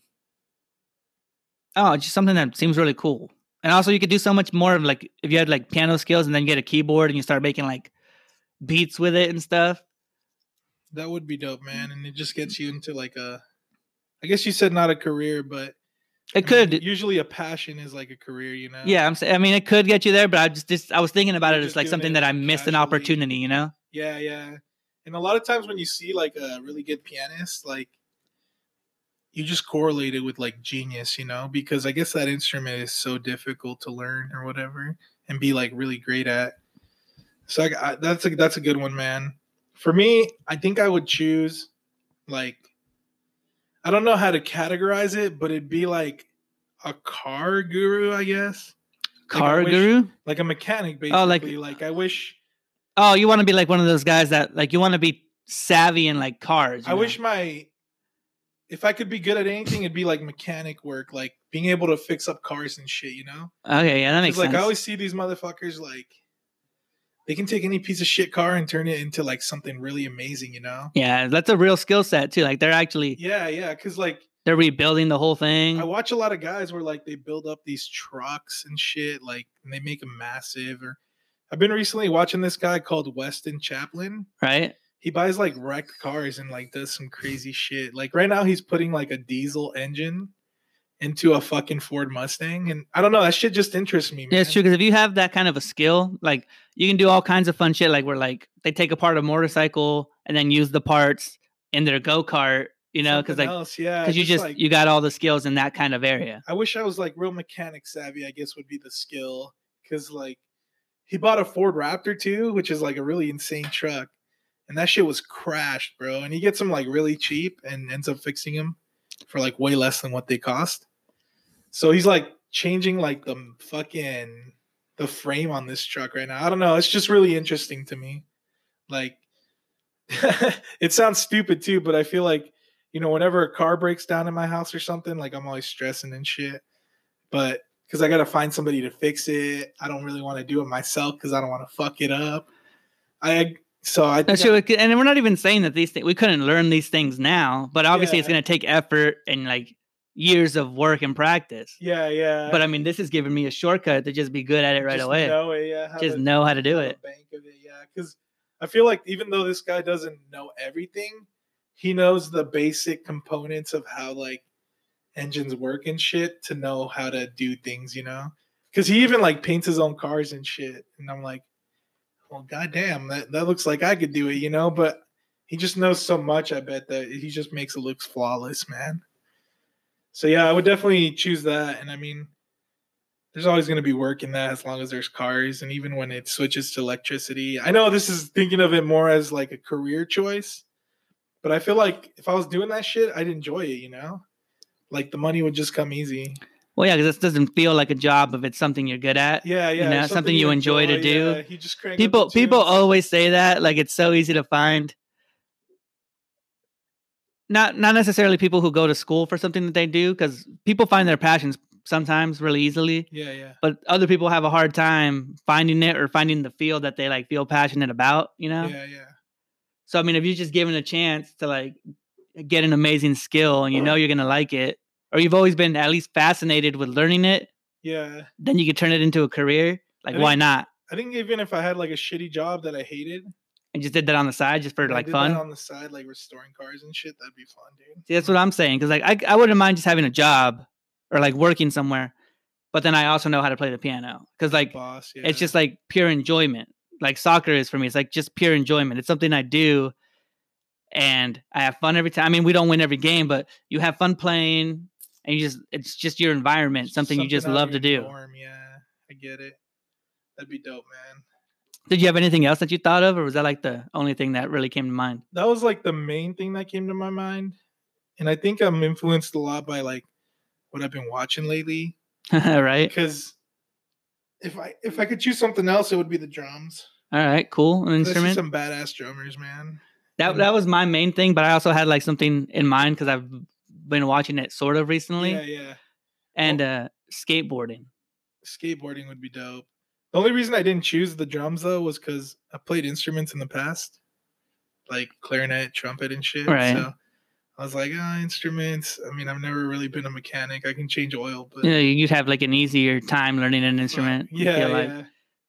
Speaker 2: oh it's just something that seems really cool and also you could do so much more of like if you had like piano skills and then get a keyboard and you start making like beats with it and stuff
Speaker 1: That would be dope, man. And it just
Speaker 2: Mm-hmm.
Speaker 1: gets you into like a. I guess you said not a career, but
Speaker 2: it
Speaker 1: I mean,
Speaker 2: could
Speaker 1: usually a passion is like a career, you know.
Speaker 2: yeah i'm saying i mean it could get you there but i just, just i was thinking about
Speaker 1: You're
Speaker 2: it as
Speaker 1: just
Speaker 2: like
Speaker 1: doing
Speaker 2: something
Speaker 1: it
Speaker 2: that i missed an
Speaker 1: casually.
Speaker 2: opportunity you know
Speaker 1: Yeah, yeah. And a lot of times when you see like a really good pianist, like you just correlate it with like genius, you know, because I guess that instrument is so difficult to learn or whatever and be like really great at. So I, I, that's a that's a good one, man. For me, I think I would choose like I don't know how to categorize it, but it'd be like a car guru, I guess, Like, I
Speaker 2: car
Speaker 1: wish-
Speaker 2: guru
Speaker 1: like a mechanic basically.
Speaker 2: Oh, like-
Speaker 1: like I wish
Speaker 2: oh you want to be like one of those guys that like you want to be savvy in like cars you
Speaker 1: I
Speaker 2: know?
Speaker 1: wish my if I could be good at anything, it'd be like mechanic work, like being able to fix up cars and shit. You know,
Speaker 2: okay yeah that
Speaker 1: 'Cause,
Speaker 2: makes
Speaker 1: like
Speaker 2: sense
Speaker 1: I always see these motherfuckers like they can take any piece of shit car and turn it into like something really amazing. You know?
Speaker 2: yeah that's a real skill set too like they're actually
Speaker 1: Yeah, yeah. Because like
Speaker 2: they're rebuilding the whole thing
Speaker 1: I watch a lot of guys where like they build up these trucks and shit, like and they make them massive. Or I've been recently watching this guy called Weston Chaplin.
Speaker 2: right
Speaker 1: He buys like wrecked cars and like does some crazy shit. Like right now, he's putting like a diesel engine into a fucking Ford Mustang, and I don't know. That shit just interests me. Man.
Speaker 2: Yeah, it's true. Because if you have that kind of a skill, like you can do all kinds of fun shit. Like where like they take apart a motorcycle and then use the parts in their go kart. You know, because
Speaker 1: Something
Speaker 2: like
Speaker 1: else, yeah,
Speaker 2: because you just
Speaker 1: like,
Speaker 2: you got all the skills in that kind of area.
Speaker 1: I wish I was like real mechanic savvy. I guess would be the skill because like he bought a Ford Raptor too, which is like a really insane truck, and that shit was crashed, bro. And he gets them like really cheap and ends up fixing them for like way less than what they cost. So he's like changing like the fucking the frame on this truck right now. I don't know. It's just really interesting to me. Like it sounds stupid too, but I feel like you know whenever a car breaks down in my house or something, like I'm always stressing and shit. But because I gotta find somebody to fix it, I don't really want to do it myself because I don't want to fuck it up. I so I
Speaker 2: No,
Speaker 1: think
Speaker 2: sure, we could- and we're not even saying that these things we couldn't learn these things now, but obviously it's
Speaker 1: Yeah.
Speaker 2: going to take effort and like years of work and practice.
Speaker 1: yeah, yeah.
Speaker 2: But I mean, this is giving me a shortcut to just be good at it right
Speaker 1: just
Speaker 2: away.
Speaker 1: Know it, yeah, have
Speaker 2: just
Speaker 1: a-
Speaker 2: know how to do
Speaker 1: have a
Speaker 2: it.
Speaker 1: Bank of it, yeah. Because I feel like even though this guy doesn't know everything, he knows the basic components of how like engines work and shit to know how to do things, you know. Because he even like paints his own cars and shit, and I'm like, well, goddamn, that that looks like I could do it, you know. But he just knows so much. I bet that he just makes it look flawless, man. So yeah, I would definitely choose that. And I mean, there's always going to be work in that as long as there's cars and even when it switches to electricity i know this is thinking of it more as like a career choice but i feel like if i was doing that shit i'd enjoy it you know like the money would just come easy
Speaker 2: Well, yeah, because this doesn't feel like a job if it's something you're good at.
Speaker 1: yeah yeah
Speaker 2: know, something you enjoy to do.
Speaker 1: yeah, you just crank up
Speaker 2: people
Speaker 1: the
Speaker 2: people
Speaker 1: tunes.
Speaker 2: always say that like it's so easy to find not not necessarily people who go to school for something that they do because people find their passions sometimes really easily
Speaker 1: yeah yeah
Speaker 2: but other people have a hard time finding it or finding the field that they like feel passionate about you know
Speaker 1: yeah yeah
Speaker 2: so i mean if you're just given a chance to like get an amazing skill and you know you're gonna like it or you've always been at least fascinated with learning it
Speaker 1: yeah
Speaker 2: then you could turn it into a career like
Speaker 1: I
Speaker 2: why
Speaker 1: think-
Speaker 2: not
Speaker 1: i think even if i had like a shitty job that i hated
Speaker 2: and just did that on the side just for
Speaker 1: and I
Speaker 2: like
Speaker 1: did
Speaker 2: fun
Speaker 1: that on the side like restoring cars and shit that'd be fun dude
Speaker 2: See, that's what I'm saying. Because like I, I wouldn't mind just having a job or like working somewhere, but then I also know how to play the piano. Because like
Speaker 1: boss yeah
Speaker 2: it's just like pure enjoyment. Like soccer is for me. It's like just pure enjoyment. It's something I do, and I have fun every time. I mean, we don't win every game, but you have fun playing, and you just it's just your environment, something, you just
Speaker 1: out of
Speaker 2: love to
Speaker 1: your
Speaker 2: do.
Speaker 1: norm, yeah i get it that'd be dope man
Speaker 2: Did you have anything else that you thought of, or was that like the only thing that really came to mind?
Speaker 1: that was like the main thing that came to my mind. And I think I'm influenced a lot by like what I've been watching lately.
Speaker 2: right.
Speaker 1: Because if I if I could choose something else, it would be the drums.
Speaker 2: All right. Cool. An
Speaker 1: 'Cause I see
Speaker 2: instrument.
Speaker 1: some badass drummers, man.
Speaker 2: That
Speaker 1: And-
Speaker 2: that was my main thing, but I also had like something in mind because I've been watching it sort of recently,
Speaker 1: Yeah, yeah.
Speaker 2: and uh, skateboarding.
Speaker 1: Skateboarding would be dope. The only reason I didn't choose the drums though was because I played instruments in the past, like clarinet, trumpet, and shit.
Speaker 2: Right.
Speaker 1: So I was like, ah, instruments. I mean, I've never really been a mechanic. I can change oil, but
Speaker 2: You know, you'd have like an easier time learning an instrument. you
Speaker 1: yeah,
Speaker 2: feel like.
Speaker 1: yeah,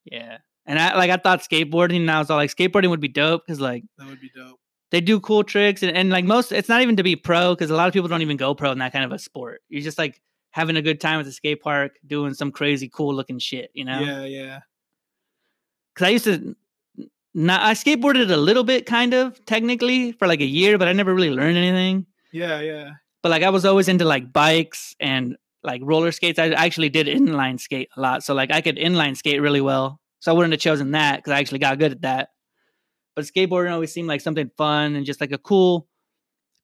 Speaker 2: yeah. And I like I thought skateboarding, and I was all like, skateboarding would be dope because like
Speaker 1: that would be dope.
Speaker 2: they do cool tricks, and, and like most, it's not even to be pro because a lot of people don't even go pro in that kind of a sport. You're just like having a good time at the skate park, doing some crazy cool looking shit, you know?
Speaker 1: Yeah, yeah.
Speaker 2: because I used to n- not I skateboarded a little bit, kind of technically for like a year, but I never really learned anything.
Speaker 1: Yeah, yeah.
Speaker 2: But like I was always into like bikes and like roller skates. I actually did inline skate a lot, so like I could inline skate really well. So I wouldn't have chosen that because I actually got good at that. But skateboarding always seemed like something fun and just like a cool,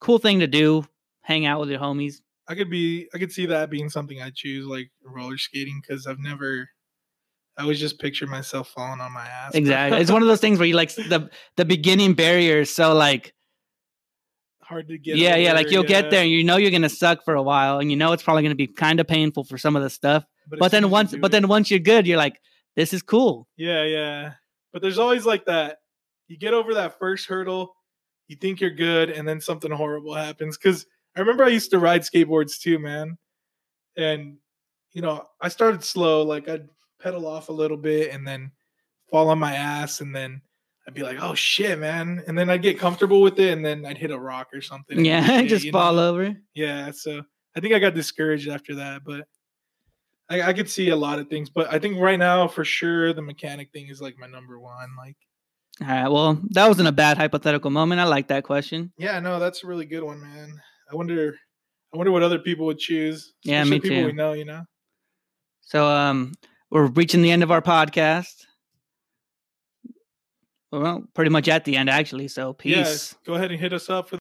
Speaker 2: cool thing to do. Hang out with your homies.
Speaker 1: I could be I could see that being something I choose like roller skating cuz I've never I always just picture myself falling on my ass.
Speaker 2: Exactly. it's one of those things where you like s- the the beginning barrier is so like
Speaker 1: hard to get.
Speaker 2: yeah, yeah.
Speaker 1: over,
Speaker 2: Like you'll
Speaker 1: yeah.
Speaker 2: get there and you know you're gonna suck for a while and you know it's probably gonna be kind of painful for some of the stuff.
Speaker 1: as
Speaker 2: But
Speaker 1: soon as
Speaker 2: then
Speaker 1: you
Speaker 2: once
Speaker 1: do
Speaker 2: but
Speaker 1: it-
Speaker 2: then once you're good, you're like, this is cool.
Speaker 1: Yeah, yeah. But there's always like that you get over that first hurdle, you think you're good and then something horrible happens cuz I remember I used to ride skateboards too, man. And you know, I started slow like I'd pedal off a little bit and then fall on my ass and then I'd be like, "Oh shit, man!" And then I'd get comfortable with it, and then I'd hit a rock or something. and
Speaker 2: yeah,
Speaker 1: shit,
Speaker 2: just
Speaker 1: you know?
Speaker 2: fall over.
Speaker 1: Yeah, so I think I got discouraged after that, but I, I could see a lot of things. But I think right now, for sure, the mechanic thing is like my number one. Like,
Speaker 2: All right. Well, that wasn't a bad hypothetical moment. I like that question.
Speaker 1: yeah, no, that's a really good one, man. I wonder, I wonder what other people would choose.
Speaker 2: Yeah, me
Speaker 1: especially people
Speaker 2: too.
Speaker 1: we know, you know.
Speaker 2: So um we're reaching the end of our podcast. Well, pretty much at the end actually. So peace.
Speaker 1: Yeah, go ahead and hit us up for.